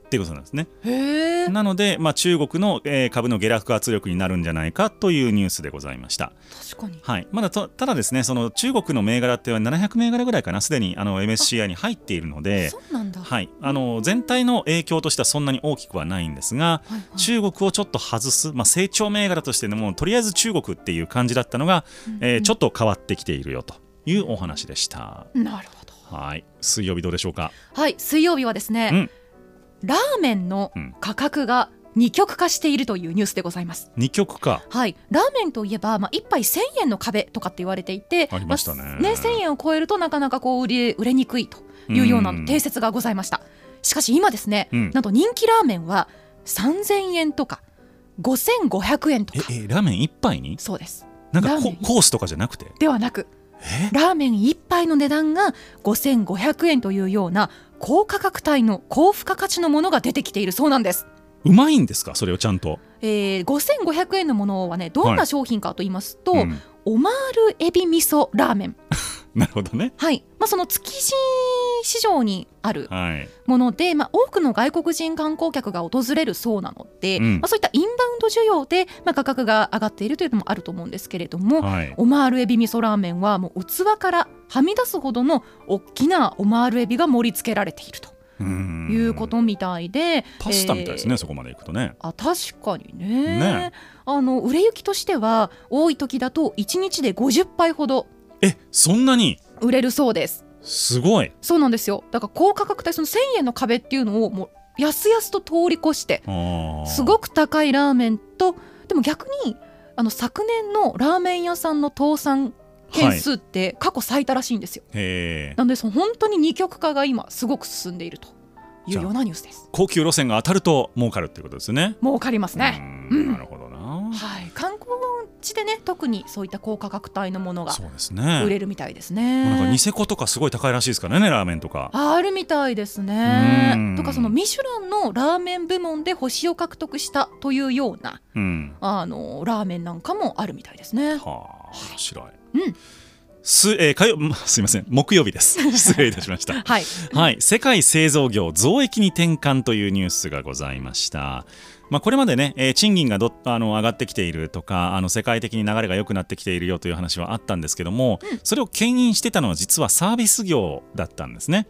Speaker 1: っていうことなんですね
Speaker 2: へえ
Speaker 1: なので、まあ、中国の、えー株の下落圧力になるんじゃないかというニュースでございました
Speaker 2: 確かに
Speaker 1: はい、まだとただですねその中国の銘柄っていうのは700銘柄ぐらいかなすでにあの MSCI に入っているので
Speaker 2: そうなんだ
Speaker 1: はい、あの全体の影響としてはそんなに大きくはないんですが、
Speaker 2: はいはい
Speaker 1: 中国をちょっと外す、まあ、成長銘柄としてのもうとりあえず中国っていう感じだったのが、えーちょっと変わってきているよというお話でした。
Speaker 2: なるほど
Speaker 1: はい水曜日どうでしょうか、
Speaker 2: はい水曜日はですね、
Speaker 1: うん
Speaker 2: ラーメンの
Speaker 1: うん
Speaker 2: 価格が二極化しているというニュースでございます
Speaker 1: 2曲か
Speaker 2: はい、ラーメンといえば、まあ、1杯1000円の壁とかって言われていて
Speaker 1: ありましたね
Speaker 2: あね1000円を超えるとなかなかこう売れ売れにくいというような
Speaker 1: うん
Speaker 2: 定説がございましたしかし今ですね、
Speaker 1: うん
Speaker 2: なんと人気ラーメンは3000円とか5500円と
Speaker 1: え
Speaker 2: か
Speaker 1: えラーメン1杯に
Speaker 2: そうです
Speaker 1: なんか
Speaker 2: ラーメ
Speaker 1: コ
Speaker 2: ン
Speaker 1: コースとかじゃなくて
Speaker 2: ではなくラーメン1杯の値段が5500円というような高価格帯の高付加価値のものが出てきているそうなんです
Speaker 1: うまいんですかそれをちゃんと。
Speaker 2: えー、5500円のものはねどんな商品かと言いますと、
Speaker 1: うん
Speaker 2: オマールエビ味噌ラーメン
Speaker 1: なるほどね。
Speaker 2: はいまあ、その築地市場にある
Speaker 1: はい、
Speaker 2: もので、まあ、多くの外国人観光客が訪れるそうなので、
Speaker 1: うん
Speaker 2: まあ、そういったインバウンド需要で、まあ、価格が上がっているというのもあると思うんですけれども、
Speaker 1: はい、
Speaker 2: オマールエビ味噌ラーメンはもう器からはみ出すほどの大きなオマールエビが盛り付けられていると
Speaker 1: うん
Speaker 2: いうことみたいで、
Speaker 1: パスタみたいですね、
Speaker 2: えー
Speaker 1: そこまでいくとね。
Speaker 2: あ確かにね
Speaker 1: ね
Speaker 2: あの売れ行きとしては多い時だと1日で50杯ほど
Speaker 1: えそんなに
Speaker 2: 売れるそうです。
Speaker 1: すごい
Speaker 2: そうなんですよだから高価格帯その1000円の壁っていうのをもうやすやすと通り越してす
Speaker 1: い
Speaker 2: ごく高いラーメンとでも逆にあの昨年のラーメン屋さんの倒産件数って過去最多らしいんですよ、
Speaker 1: へえ
Speaker 2: なのでその本当に二極化が今すごく進んでいるというようなニュースです
Speaker 1: 高級路線が当たると儲かるっていうことですね。
Speaker 2: 儲かります
Speaker 1: う
Speaker 2: ね、
Speaker 1: ん
Speaker 2: うん
Speaker 1: なるほどな。
Speaker 2: はい観光地でね特にそういった高価格帯のものが
Speaker 1: そうです
Speaker 2: 売
Speaker 1: ね。
Speaker 2: れるみたいです
Speaker 1: なんか
Speaker 2: ね
Speaker 1: ニセコとかすごい高いらしいですからねラーメンとか。
Speaker 2: あるみたいです
Speaker 1: う
Speaker 2: ね
Speaker 1: ん。
Speaker 2: とかその「ミシュラン」のラーメン部門で星を獲得したというような
Speaker 1: うん。
Speaker 2: あのラーメンなんかもあるみたいですね。
Speaker 1: はあ面白い。
Speaker 2: うん
Speaker 1: すえー火曜まますいません木曜日 です。失礼いたしました。
Speaker 2: はい、
Speaker 1: はい、世界製造業増益に転換というニュースがございました。まあ、これまでね、えー賃金がどあの上がってきているとかあの世界的に流れが良くなってきているよという話はあったんですけども、それを牽引してたのは実はサービス業だったんですね、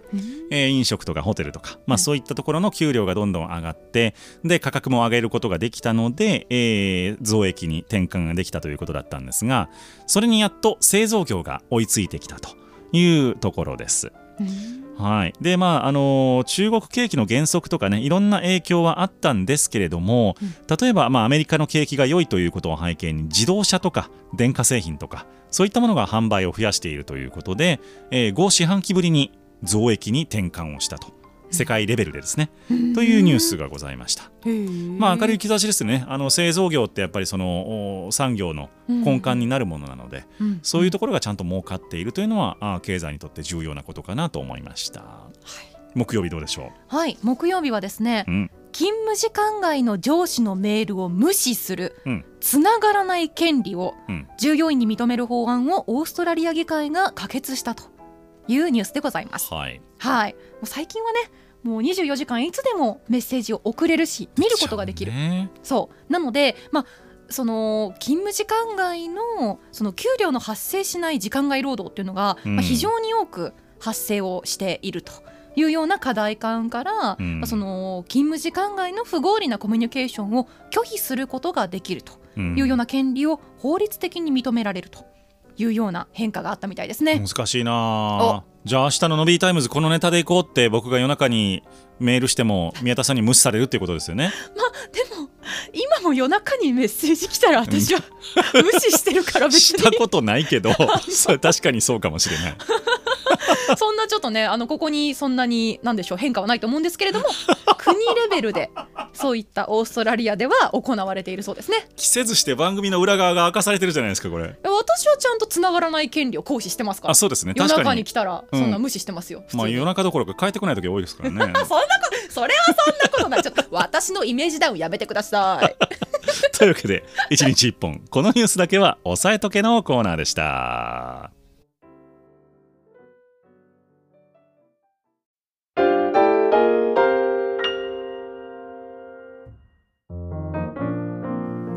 Speaker 1: えー飲食とかホテルとか、まあ、そういったところの給料がどんどん上がってで価格も上げることができたので、えー増益に転換ができたということだったんですがそれにやっと製造業が追いついてきたというところです。はいでまああのー中国景気の減速とかねいろんな影響はあったんですけれども、例えば、まあ、アメリカの景気が良いということを背景に自動車とか電化製品とかそういったものが販売を増やしているということで、え5四半期ぶりに増益に転換をしたと世界レベルでですね、というニュースがございました。まあ、明るい兆しですねあの製造業ってやっぱりそのお産業の根幹になるものなので、
Speaker 2: うん
Speaker 1: そういうところがちゃんと儲かっているというのはあ経済にとって重要なことかなと思いました、木曜日どうでしょ
Speaker 2: はい、木曜日はですね
Speaker 1: う、うん
Speaker 2: 勤務時間外の上司のメールを無視する
Speaker 1: うん
Speaker 2: つながらない権利を
Speaker 1: うん
Speaker 2: 従業員に認める法案をオーストラリア議会が可決したというニュースでございます。
Speaker 1: はい
Speaker 2: はい、もう最近はねもう24時間いつでもメッセージを送れるし見ることができる、
Speaker 1: ね
Speaker 2: そうなので、まあ、その勤務時間外のその給料の発生しない時間外労働っていうのが、
Speaker 1: うん
Speaker 2: まあ、非常に多く発生をしていると。いうような課題感から、
Speaker 1: うん
Speaker 2: まあその勤務時間外の不合理なコミュニケーションを拒否することができると
Speaker 1: ん
Speaker 2: いうような権利を法律的に認められるというような変化があったみたいですね。
Speaker 1: 難しいなあじゃあ明日のノビータイムズこのネタでいこうって僕が夜中にメールしても宮田さんに無視されるっていうことですよね
Speaker 2: でも今も夜中にメッセージ来たら私は無視してるから 別
Speaker 1: した
Speaker 2: に
Speaker 1: ことないけどそれ確かにそうかもしれない
Speaker 2: そんなちょっとねあのここにそんなに何でしょう変化はないと思うんですけれど も国レベルでそういったオーストラリアでは行われているそうですね
Speaker 1: 着せずして番組の裏側が明かされてるじゃないですかこれ
Speaker 2: 私はちゃんとつながらない権利を行使してますから
Speaker 1: あそうですね
Speaker 2: 夜
Speaker 1: 確
Speaker 2: 中
Speaker 1: か
Speaker 2: に
Speaker 1: に
Speaker 2: 来たらそんな無視してますよ、普
Speaker 1: まあ
Speaker 2: 通 に
Speaker 1: 夜中どころか帰ってこない時多いですからね
Speaker 2: そんなことそれはそんなことないちょっと私のイメージダウンやめてください
Speaker 1: というわけで1日1本このニュースだけは押さえとけのコーナーでした。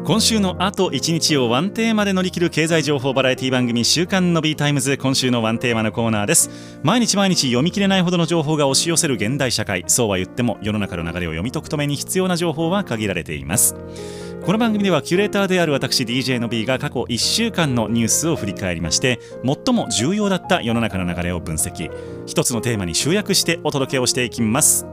Speaker 1: 今週のあと1日をワンテーマで乗り切る経済情報バラエティ番組週刊の B タイムズ今週のワンテーマのコーナーです毎日毎日読み切れないほどの情報が押し寄せる現代社会そうは言っても世の中の流れを読み解くために必要な情報は限られていますこの番組ではキュレーターである私 DJ の B が過去1週間のニュースを振り返りまして最も重要だった世の中の流れを分析一つのテーマに集約してお届けをしていきます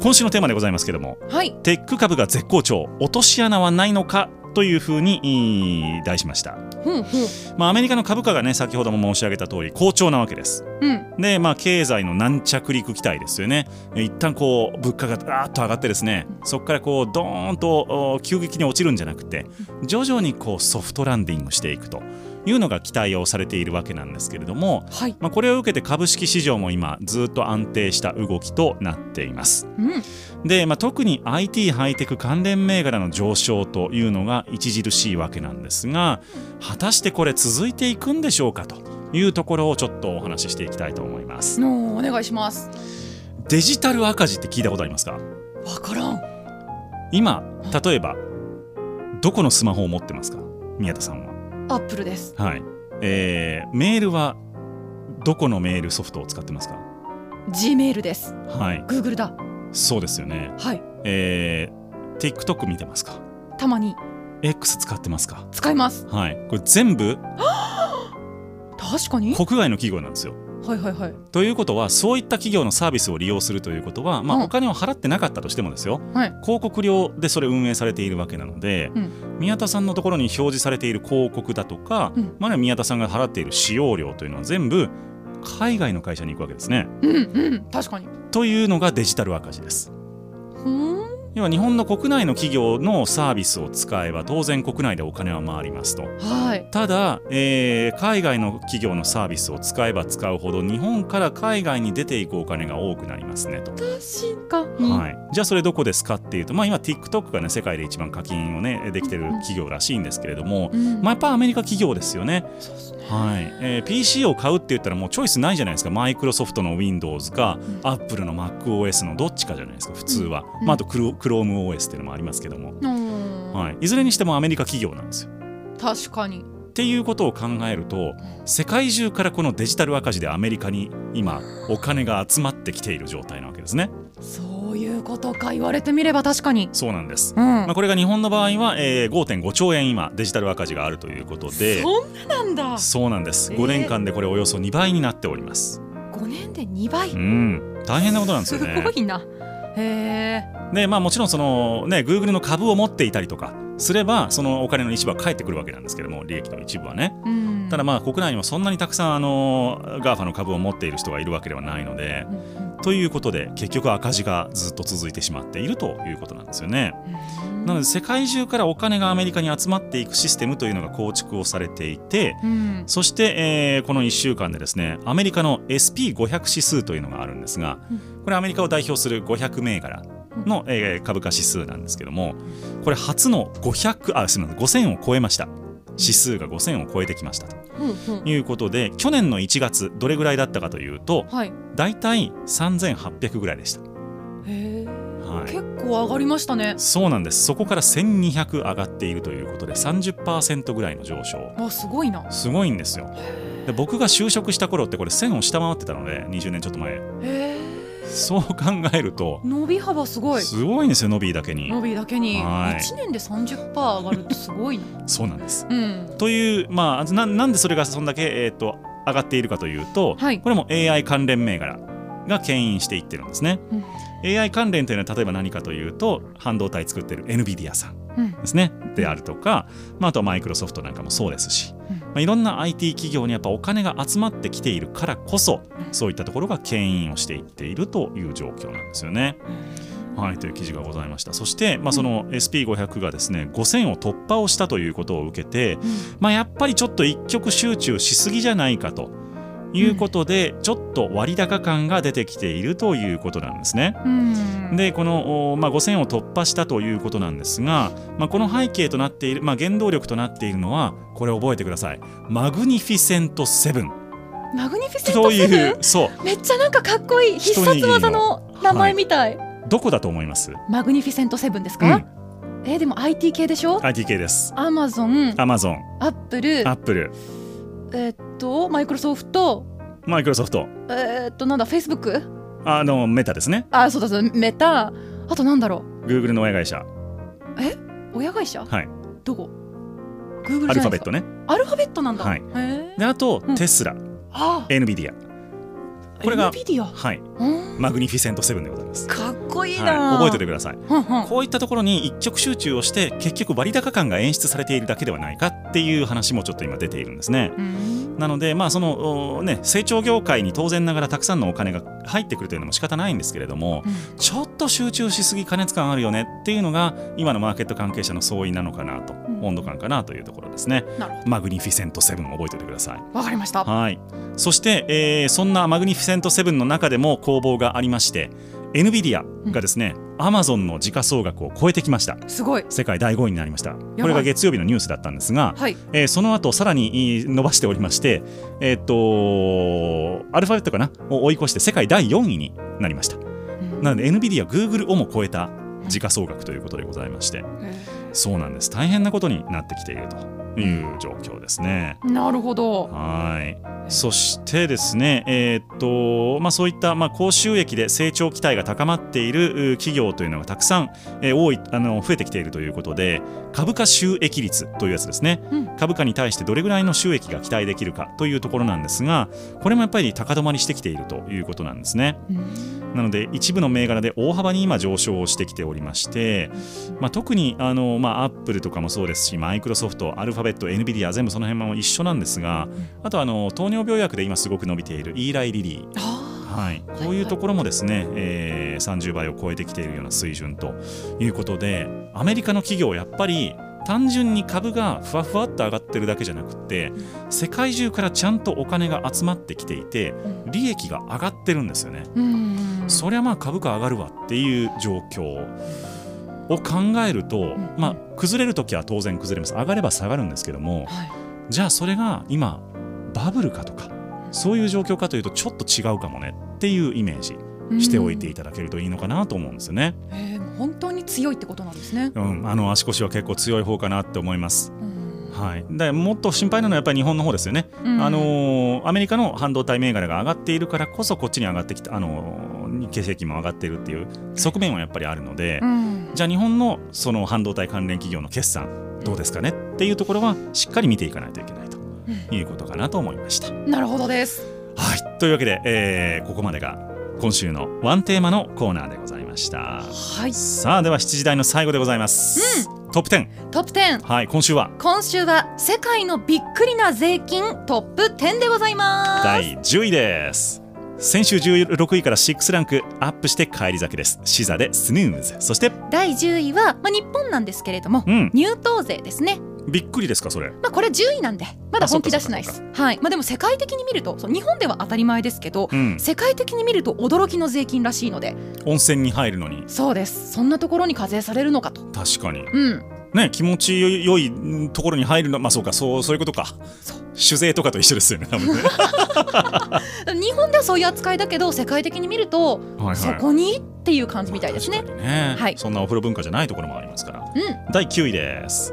Speaker 1: 今週のテーマでございますけども
Speaker 2: はい
Speaker 1: テック株が絶好調落とし穴はないのかというふうにいい題しました、
Speaker 2: ほうほ
Speaker 1: まあ、アメリカの株価がね先ほども申し上げた通り好調なわけです
Speaker 2: ううん
Speaker 1: でまあ経済の軟着陸期待ですよね一旦こう物価がガーッと上がってですねそこからこうドーンとお急激に落ちるんじゃなくて徐々にこうソフトランディングしていくというのが期待をされているわけなんですけれども、
Speaker 2: はい
Speaker 1: まあ、これを受けて株式市場も今ずっと安定した動きとなっています
Speaker 2: うん
Speaker 1: で、まあ、特に IT ハイテク関連銘柄の上昇というのが著しいわけなんですが果たしてこれ続いていくんでしょうかというところをちょっとお話ししていきたいと思います
Speaker 2: のお願いします
Speaker 1: デジタル赤字って聞いたことありますか
Speaker 2: わからん
Speaker 1: 今例えばどこのスマホを持ってますか宮田さんは
Speaker 2: アップルです
Speaker 1: はいえー、メールはどこのメールソフトを使ってますか
Speaker 2: G メールです
Speaker 1: はい
Speaker 2: グーグルだ
Speaker 1: そうですよね
Speaker 2: はい
Speaker 1: えー、TikTok 見てますか
Speaker 2: たまに
Speaker 1: X 使ってますか
Speaker 2: 使います
Speaker 1: はいこれ全部
Speaker 2: 確かに
Speaker 1: 国外の企業なんですよ。
Speaker 2: はいはいはい
Speaker 1: ということはそういった企業のサービスを利用するということは、ま
Speaker 2: うん
Speaker 1: あ、お金を払ってなかったとしてもですよ、
Speaker 2: はい
Speaker 1: 広告料でそれ運営されているわけなので、
Speaker 2: うん
Speaker 1: 宮田さんのところに表示されている広告だとか、
Speaker 2: うん
Speaker 1: まあ、宮田さんが払っている使用料というのは全部海外の会社に行くわけですね。
Speaker 2: うんうん確かに
Speaker 1: というのがデジタル赤字です。
Speaker 2: ふーん
Speaker 1: 要は日本の国内の企業のサービスを使えば当然国内でお金は回りますと。
Speaker 2: はい
Speaker 1: ただ、えー海外の企業のサービスを使えば使うほど日本から海外に出ていくお金が多くなりますねと、
Speaker 2: 確かに
Speaker 1: はい、じゃあそれどこですかっていうと、まあ、今 TikTok がね世界で一番課金をねできてる企業らしいんですけれども、
Speaker 2: うん
Speaker 1: まあ、やっぱアメリカ企業ですよね、
Speaker 2: そうですね
Speaker 1: はいえー PC を買うって言ったらもうチョイスないじゃないですかマイクロソフトの Windows か、Apple の MacOS のどっちかじゃないですか普通は、
Speaker 2: うん
Speaker 1: まあ、あとクロ ChromeOS っていうのもありますけども、
Speaker 2: うん
Speaker 1: はい、いずれにしてもアメリカ企業なんですよ
Speaker 2: 確かに
Speaker 1: っていうことを考えると世界中からこのデジタル赤字でアメリカに今お金が集まってきている状態なわけですね
Speaker 2: そういうことか言われてみれば確かに
Speaker 1: そうなんです、
Speaker 2: うん
Speaker 1: まあ、これが日本の場合は、えー5.5兆円今デジタル赤字があるということで
Speaker 2: そんななんだ
Speaker 1: そうなんです
Speaker 2: えー
Speaker 1: 5年間でこれおよそ2倍になっております
Speaker 2: 5年で2倍
Speaker 1: うん大変なことなんですよね
Speaker 2: すごいなへえ
Speaker 1: でまあもちろんそのね Google の株を持っていたりとかすればそのお金の一部は返ってくるわけなんですけども利益の一部はね
Speaker 2: うん
Speaker 1: ただまあ国内にもそんなにたくさんあの GAFA の株を持っている人がいるわけではないので
Speaker 2: うんうん
Speaker 1: ということで結局赤字がずっと続いてしまっているということなんですよね。
Speaker 2: うん
Speaker 1: なので世界中からお金がアメリカに集まっていくシステムというのが構築をされていて
Speaker 2: うん
Speaker 1: そして、えーこの1週間でですねアメリカの SP500 指数というのがあるんですが
Speaker 2: うん
Speaker 1: これアメリカを代表する500銘柄の、えー株価指数なんですけどもこれ初の500あすみません5000を超えました指数が5000を超えてきましたと
Speaker 2: うんうん
Speaker 1: いうことで去年の1月どれぐらいだったかというと
Speaker 2: はい
Speaker 1: 大体3800ぐらいでした。
Speaker 2: へえ
Speaker 1: はい
Speaker 2: 結構上がりましたね
Speaker 1: そうなんですそこから1200上がっているということで30%ぐらいの上昇
Speaker 2: あすごいな
Speaker 1: すごいんですよで僕が就職した頃ってこれ1000を下回ってたので20年ちょっと前
Speaker 2: へえ
Speaker 1: そう考えると
Speaker 2: 伸び幅すごい
Speaker 1: すごいんですよ伸びだけに
Speaker 2: 伸びだけに
Speaker 1: はい
Speaker 2: 1年で30%上がるってすごいな
Speaker 1: そうなんです
Speaker 2: うん
Speaker 1: というまあななんでそれがそんだけ、えー、と上がっているかというと、
Speaker 2: はい
Speaker 1: これも AI 関連銘柄が牽引していってるんですね
Speaker 2: うん
Speaker 1: AI 関連というのは例えば何かというと半導体作ってる NVIDIA さん
Speaker 2: うん
Speaker 1: ですねであるとか、まあ、あとはマイクロソフトなんかもそうですし、
Speaker 2: うん
Speaker 1: まあ、いろんな IT 企業にやっぱお金が集まってきているからこそそういったところが牽引をしていっているという状況なんですよね。はい、という記事がございましたそして、まあ、その SP500 がですね5000を突破をしたということを受けて、まあ、やっぱりちょっと一極集中しすぎじゃないかということで、ちょっと割高感が出てきているということなんですね。
Speaker 2: うん
Speaker 1: でこの、おまあ、5000を突破したということなんですが、まあ、この背景となっている、まあ、原動力となっているのはこれ覚えてくださいマグニフィセントセブン
Speaker 2: マグニフィセン
Speaker 1: と
Speaker 2: トセブ
Speaker 1: いう
Speaker 2: ン
Speaker 1: そう
Speaker 2: めっちゃなんかかっこいい必殺技の名前みたい、
Speaker 1: どこだと思います、
Speaker 2: マグニフィセントセブンです
Speaker 1: う
Speaker 2: か、
Speaker 1: ん、
Speaker 2: えーでも IT 系でしょ
Speaker 1: ITK です
Speaker 2: アマゾン
Speaker 1: アマゾン
Speaker 2: アップル
Speaker 1: アップル
Speaker 2: えーっとマイクロソフト
Speaker 1: マイクロソフト
Speaker 2: えーっとなんだフェイスブック
Speaker 1: あのメタですね
Speaker 2: あそうだそうだメタあとなんだろ
Speaker 1: Google の親会社
Speaker 2: う親会社
Speaker 1: はい
Speaker 2: どこグーグ
Speaker 1: ア
Speaker 2: ルじ
Speaker 1: ルファ
Speaker 2: ゃない
Speaker 1: ベ
Speaker 2: で
Speaker 1: ッ
Speaker 2: す
Speaker 1: ト
Speaker 2: か
Speaker 1: ね
Speaker 2: アルファベットなんだ、
Speaker 1: はい
Speaker 2: へえ
Speaker 1: であと、
Speaker 2: うん
Speaker 1: テスラ
Speaker 2: あ
Speaker 1: NVIDIA
Speaker 2: あ
Speaker 1: これが
Speaker 2: NVIDIA
Speaker 1: はい
Speaker 2: うん
Speaker 1: マグニフィセントセブンでございます
Speaker 2: かっこいい
Speaker 1: は
Speaker 2: な、
Speaker 1: い、覚えておいてください
Speaker 2: うんうん
Speaker 1: こういったところに一極集中をして結局割高感が演出されているだけではないかっていう話もちょっと今出ているんですね。
Speaker 2: うん
Speaker 1: なので、まあそのおね、成長業界に当然ながらたくさんのお金が入ってくるというのも仕方ないんですけれども
Speaker 2: うん
Speaker 1: ちょっと集中しすぎ過熱感あるよねっていうのが今のマーケット関係者の相違なのかなと、
Speaker 2: ん
Speaker 1: 温度感かなというところですね。
Speaker 2: なるほ
Speaker 1: マグニフィセント7覚えておいてください。
Speaker 2: どわかりました
Speaker 1: はい、そして、えーそんなマグニフィセントセブンの中でも攻防がありまして NVIDIA がですね、Amazon の時価総額を超えてきました
Speaker 2: すごい
Speaker 1: 世界第5位になりました
Speaker 2: い
Speaker 1: これが月曜日のニュースだったんですが、
Speaker 2: はい
Speaker 1: えーその後さらにえー伸ばしておりましてえーっとアルファベットかなを追い越して世界第4位になりましたなので NVIDIA、Google をも超えた時価総額ということでございましてそうなんです大変なことになってきているという状況ですね。
Speaker 2: うんなるほど
Speaker 1: はいそしてですね、えーっとまあ、そういった、まあ、高収益で成長期待が高まっているう企業というのがたくさん、えー多いあの増えてきているということで株価収益率というやつですね、
Speaker 2: うん
Speaker 1: 株価に対してどれぐらいの収益が期待できるかというところなんですがこれもやっぱり高止まりしてきているということなんですね。
Speaker 2: うん
Speaker 1: なので一部の銘柄で大幅に今上昇をしてきておりまして、まあ、特にあの、まあ、アップルとかもそうですしマイクロソフトアルファベット NVIDIA 全部その辺も一緒なんですがあとあの糖尿病薬で今すごく伸びているイーライリリー。
Speaker 2: あ
Speaker 1: はい、こういうところもですね、えー30倍を超えてきているような水準ということでアメリカの企業やっぱり単純に株がふわふわっと上がってるだけじゃなくて世界中からちゃんとお金が集まってきていて利益が上がってるんですよね。
Speaker 2: ーうん
Speaker 1: そりゃまあ株価上がるわっていう状況を考えると、
Speaker 2: ん
Speaker 1: まあ、崩れるときは当然崩れます上がれば下がるんですけども
Speaker 2: はい
Speaker 1: じゃあそれが今バブルかとかそういう状況かというとちょっと違うかもねっていうイメージしておいていただけるといいのかなと思うんですよね。
Speaker 2: うんえーもう本当に強いってことなんですね。
Speaker 1: うん、あの足腰は結構強い方かなって思います。
Speaker 2: うん
Speaker 1: はい、でもっと心配なのはやっぱり日本の方ですよね。あのーアメリカの半導体銘柄が上がっているからこそこっちに上がってきた、あのー日経平均も上がっているっていう側面はやっぱりあるので、
Speaker 2: うん
Speaker 1: じゃあ日本のその半導体関連企業の決算どうですかねっていうところはしっかり見ていかないといけないということかなと思いました。は
Speaker 2: なるほどです。
Speaker 1: いというわけで、えーここまでが今週のワンテーマのコーナーでございました。
Speaker 2: はい。
Speaker 1: さあでは7時台の最後でございます。トップ10、
Speaker 2: トップ10。
Speaker 1: はい、今週は
Speaker 2: 今週は世界のびっくりな税金トップ10でございます。
Speaker 1: 第10位です先週16位から6ランクアップして返り咲きですシザでスヌーズそして
Speaker 2: 第10位は、まあ、日本なんですけれども、
Speaker 1: うん
Speaker 2: 入党税ですね。
Speaker 1: びっくりですかそれ
Speaker 2: まあ、これ10位なんで、まだ
Speaker 1: あそっか
Speaker 2: 本気出してないです。はい。まあ、でも世界的に見ると、そう日本では当たり前ですけど、
Speaker 1: うん
Speaker 2: 世界的に見ると驚きの税金らしいので、
Speaker 1: 温泉に入るのに
Speaker 2: そうです。そんなところに課税されるのかと。
Speaker 1: 確かに
Speaker 2: うん。
Speaker 1: ね気持ちよいんところに入るのまあそうかそうそういうことか
Speaker 2: そう
Speaker 1: 酒税とかと一緒ですよね多分ね
Speaker 2: 日本ではそういう扱いだけど世界的に見ると、
Speaker 1: はいはい
Speaker 2: そこにっていう感じみたいですね
Speaker 1: ま。あ確かにね、
Speaker 2: はい
Speaker 1: そんなお風呂文化じゃないところもありますから
Speaker 2: うん、
Speaker 1: 第9位です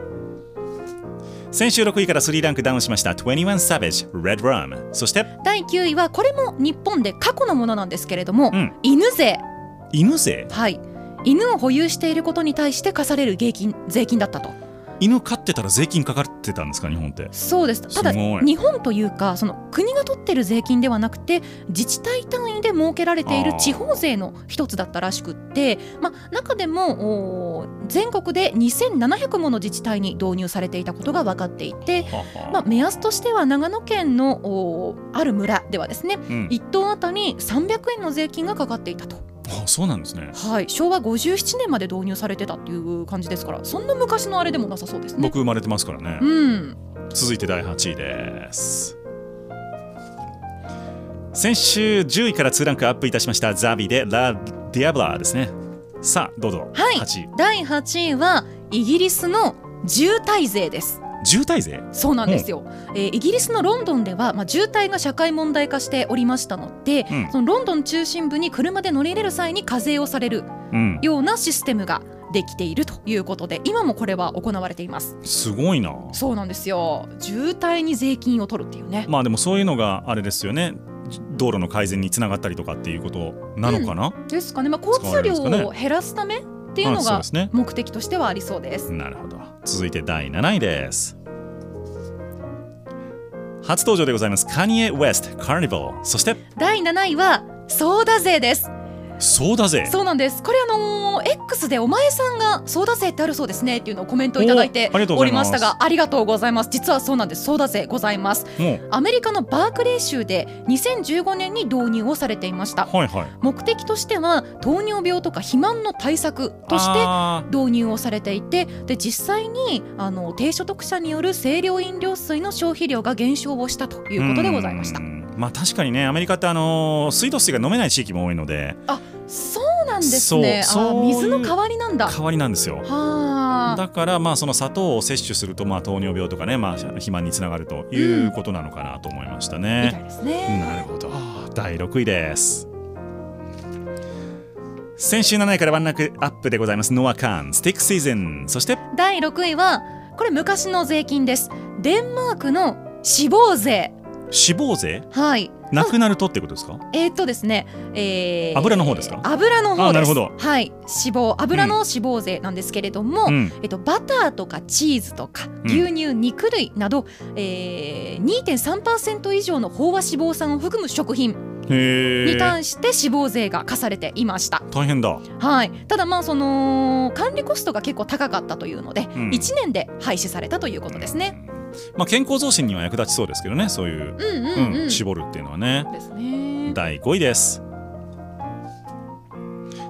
Speaker 1: 先週6位から3ランクダウンしました21 Savage Red Rum そして
Speaker 2: 第9位はこれも日本で過去のものなんですけれども、
Speaker 1: うん
Speaker 2: 犬税
Speaker 1: 犬税
Speaker 2: はい犬を保有していることに対して課される税金税金だったと
Speaker 1: 犬飼ってたら税金かかってたんですか日本って
Speaker 2: そうですただ
Speaker 1: すごい
Speaker 2: 日本というかその国が取ってる税金ではなくて自治体単位で設けられてい
Speaker 1: あー
Speaker 2: る地方税の一つだったらしくって、まあ、中でもおー全国で2700もの自治体に導入されていたことが分かっていて、
Speaker 1: はは
Speaker 2: まあ、目安としては長野県のおーある村ではですね
Speaker 1: うん
Speaker 2: 1頭あたり300円の税金がかかっていたと、
Speaker 1: あそうなんですね
Speaker 2: はい、昭和57年まで導入されてたっていう感じですからそんな昔のあれでもなさそうですね。
Speaker 1: 僕生まれてますからね
Speaker 2: うん、
Speaker 1: 続いて第8位です先週10位から2ランクアップいたしましたザビでラ・ディアブラですねさあどうぞ、
Speaker 2: はい
Speaker 1: 8位
Speaker 2: 第8位はイギリスの渋滞税です
Speaker 1: 渋滞税
Speaker 2: そうなんですよ、えーイギリスのロンドンでは、まあ、渋滞が社会問題化しておりましたので、
Speaker 1: うん
Speaker 2: そのロンドン中心部に車で乗り入れる際に課税をされる
Speaker 1: うん
Speaker 2: ようなシステムができているということで今もこれは行われています
Speaker 1: すごいな
Speaker 2: そうなんですよ渋滞に税金を取るっていうね
Speaker 1: まあでもそういうのがあれですよね道路の改善につながったりとかっていうことなのかな、
Speaker 2: ですかね、まあ、交通量
Speaker 1: 使われるんです
Speaker 2: を減らすためっていうの
Speaker 1: あそう
Speaker 2: が
Speaker 1: ですね
Speaker 2: 目的としてはありそうです
Speaker 1: なるほど続いて第7位です初登場でございますカニエ・ウェスト・カーニバルそして
Speaker 2: 第7位はソーダ税です
Speaker 1: ソーダ税
Speaker 2: そうなんですこれあのー X でお前さんがソーダ税ってあるそうですねっていうのをコメントいただいて
Speaker 1: おありがとうご
Speaker 2: お
Speaker 1: ざ
Speaker 2: り
Speaker 1: いま
Speaker 2: ますしたがありがとうございます実はそうなんですソーダ税ございます
Speaker 1: もう
Speaker 2: アメリカのバークレー州で2015年に導入をされていました
Speaker 1: はいはい
Speaker 2: 目的としては糖尿病とか肥満の対策として
Speaker 1: あー
Speaker 2: 導入をされていてで実際にあの低所得者による清涼飲料水の消費量が減少をしたということでございました
Speaker 1: うんまあ確かにねアメリカってあのー水道水が飲めない地域も多いので
Speaker 2: そうなんですね
Speaker 1: そう
Speaker 2: あ
Speaker 1: そういう
Speaker 2: 水の代わりなんだは
Speaker 1: 代わりなんですよ
Speaker 2: あ
Speaker 1: だからまあその砂糖を摂取するとまあ糖尿病とかねまあ肥満につながるということなのかなと思いました
Speaker 2: みた
Speaker 1: ね、
Speaker 2: いです
Speaker 1: なる
Speaker 2: ね
Speaker 1: ほど第6位です先週7位からワンランクアップでございますノア・カーンスティックシーズンそして
Speaker 2: 第6位はこれ昔の税金ですデンマークの死亡税
Speaker 1: 死亡税
Speaker 2: はい
Speaker 1: なくなるとってことですか
Speaker 2: えーっとですね、えー
Speaker 1: 油の方ですか
Speaker 2: 油の方です
Speaker 1: あなるほど
Speaker 2: はい脂肪油の脂肪税なんですけれども、
Speaker 1: うん
Speaker 2: えっと、バターとかチーズとか牛乳、肉類など、えー、2.3%以上の飽和脂肪酸を含む食品
Speaker 1: へ
Speaker 2: に
Speaker 1: え
Speaker 2: 関して脂肪税が課されていました、
Speaker 1: 大変だ
Speaker 2: はい、ただまあその管理コストが結構高かったというので、
Speaker 1: うん
Speaker 2: 1年で廃止されたということですね。
Speaker 1: まあ健康増進には役立ちそうですけどねそういう、
Speaker 2: うんうん
Speaker 1: う
Speaker 2: うん、
Speaker 1: ん絞るっていうのはね
Speaker 2: ですね
Speaker 1: 第5位です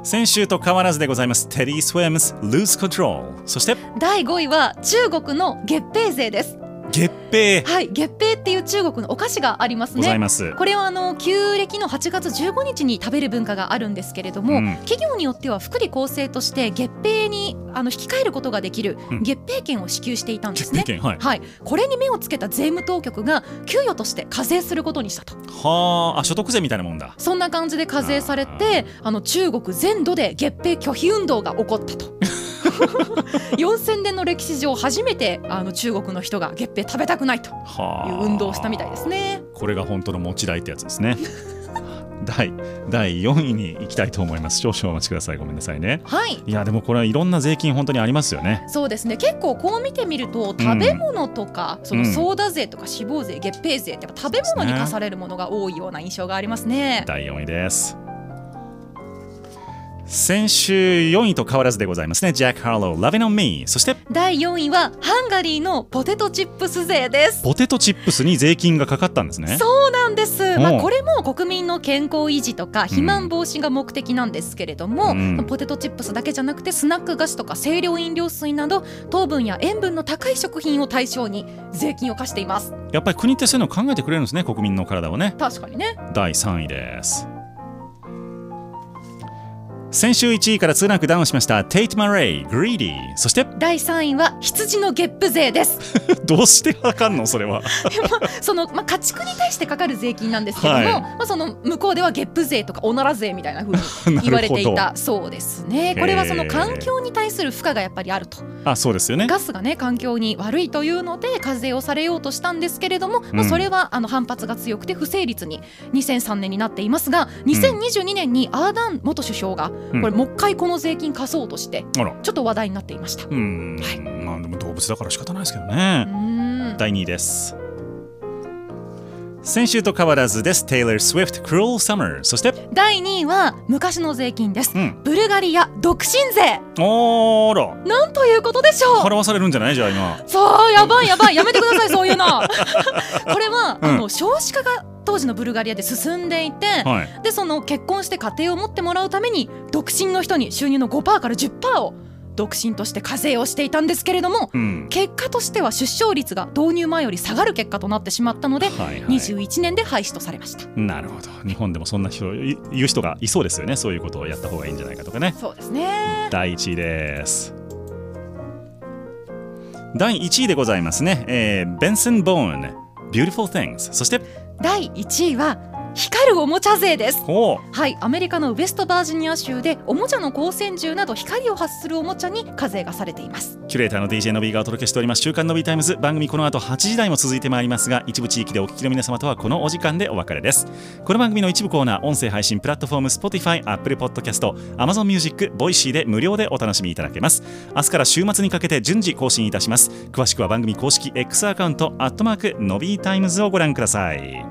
Speaker 1: 先週と変わらずでございますテリー・スウェームス・ルース・コントロールそして
Speaker 2: 第5位は中国の月餅税です。
Speaker 1: 月餅
Speaker 2: はい、月餅っていう中国のお菓子があります
Speaker 1: ござい
Speaker 2: ね。
Speaker 1: ます
Speaker 2: これはあの旧暦の8月15日に食べる文化があるんですけれども、
Speaker 1: うん
Speaker 2: 企業によっては福利厚生として月餅にあの引き換えることができる
Speaker 1: うん
Speaker 2: 月餅券を支給していたんで
Speaker 1: 月
Speaker 2: すね
Speaker 1: 餅。券はい
Speaker 2: はい、これに目をつけた税務当局が給与として課税することにしたと
Speaker 1: はああ所得税みたいなもんだ
Speaker 2: そんな感じで課税されてあの中国全土で月餅拒否運動が起こったと4000年の歴史上初めてあの中国の人が月餅食べたくないと
Speaker 1: は
Speaker 2: いう
Speaker 1: あ
Speaker 2: 運動をしたみたいですね。
Speaker 1: これが本当の持ち代ってやつですね 第第4位に行きたいと思います少々お待ちくださいごめんなさいね
Speaker 2: はい
Speaker 1: いやでもこれはいろんな税金本当にありますよね
Speaker 2: そうですね結構こう見てみると食べ物とか、そのソーダ税とか脂肪税月餅税ってやっぱ食べ物に課されるものが多いような印象がありますね。
Speaker 1: 第4位です先週4位と変わらずでございますねジャック・ハロー「Loving on Me」そして
Speaker 2: 第4位はハンガリーのポテトチップス税です。
Speaker 1: ポテトチップスに税金がかかったんですね
Speaker 2: そうなんです、
Speaker 1: おう
Speaker 2: まあ、これも国民の健康維持とか肥満防止が目的なんですけれども、
Speaker 1: うん
Speaker 2: ポテトチップスだけじゃなくてスナック菓子とか清涼飲料水など糖分や塩分の高い食品を対象に税金を課しています
Speaker 1: やっぱり国ってそういうのを考えてくれるんですね国民の体をね
Speaker 2: 確かにね
Speaker 1: 第3位です先週1位から2ランクダウンしましたテイト・マレイ「グリーディー」そして
Speaker 2: 第3位は羊のゲップ税です
Speaker 1: どうしてわかんのそれは
Speaker 2: その、まあ、家畜に対してかかる税金なんですけども、
Speaker 1: はい
Speaker 2: まあ、その向こうではゲップ税とかおなら税みたいな風に
Speaker 1: な
Speaker 2: 言われてい
Speaker 1: る
Speaker 2: たそうですねこれはその環境に対する負荷がやっぱりあると
Speaker 1: ほどあそうですよね
Speaker 2: ガスがね環境に悪いというので課税をされようとしたんですけれども、まあ、
Speaker 1: うん
Speaker 2: それはあの反発が強くて不成立に2003年になっていますが2022年にアーダーン元首相が
Speaker 1: うん
Speaker 2: これもう一回この税金課そうとして
Speaker 1: あら
Speaker 2: ちょっと話題になっていました。う
Speaker 1: うん、
Speaker 2: はい
Speaker 1: まあでも動物だから仕方ないですけどね、
Speaker 2: ーん
Speaker 1: 第2位です先週と変わらずです。Taylor Swift Cruel Summer そして
Speaker 2: 第2位は昔の税金です、
Speaker 1: うん
Speaker 2: ブルガリア独身税
Speaker 1: おーら
Speaker 2: なんということでしょう
Speaker 1: 払わされるんじゃないじゃあ 今
Speaker 2: そうやばいやばいやめてくださいそうい うのこれは、
Speaker 1: うん
Speaker 2: あの少子化が当時のブルガリアで進んでいて、
Speaker 1: はい
Speaker 2: でその結婚して家庭を持ってもらうために独身の人に収入の5%から10%を独身として課税をしていたんですけれども
Speaker 1: うん
Speaker 2: 結果としては出生率が導入前より下がる結果となってしまったので、
Speaker 1: はいはい
Speaker 2: 21年で廃止とされました
Speaker 1: なるほど日本でもそんな人い言う人がいそうですよねそういうことをやった方がいいんじゃないかとかね
Speaker 2: そうですね
Speaker 1: 第1位です第1位でございますね、えーベンソン・ボーン Beautiful Things そして
Speaker 2: 第1位は光るおもちゃ税です
Speaker 1: おー
Speaker 2: はいアメリカのウェストバージニア州でおもちゃの光線銃など光を発するおもちゃに課税がされています
Speaker 1: キュレーターの DJ の B がお届けしております週刊の B タイムズ番組この後8時台も続いてまいりますが一部地域でお聞きの皆様とはこのお時間でお別れですこの番組の一部コーナー音声配信プラットフォーム Spotify、Apple Podcast、Amazon Music、Voicy で無料でお楽しみいただけます明日から週末にかけて順次更新いたします詳しくは番組公式 X アカウントアットマークの B タイムズをご覧ください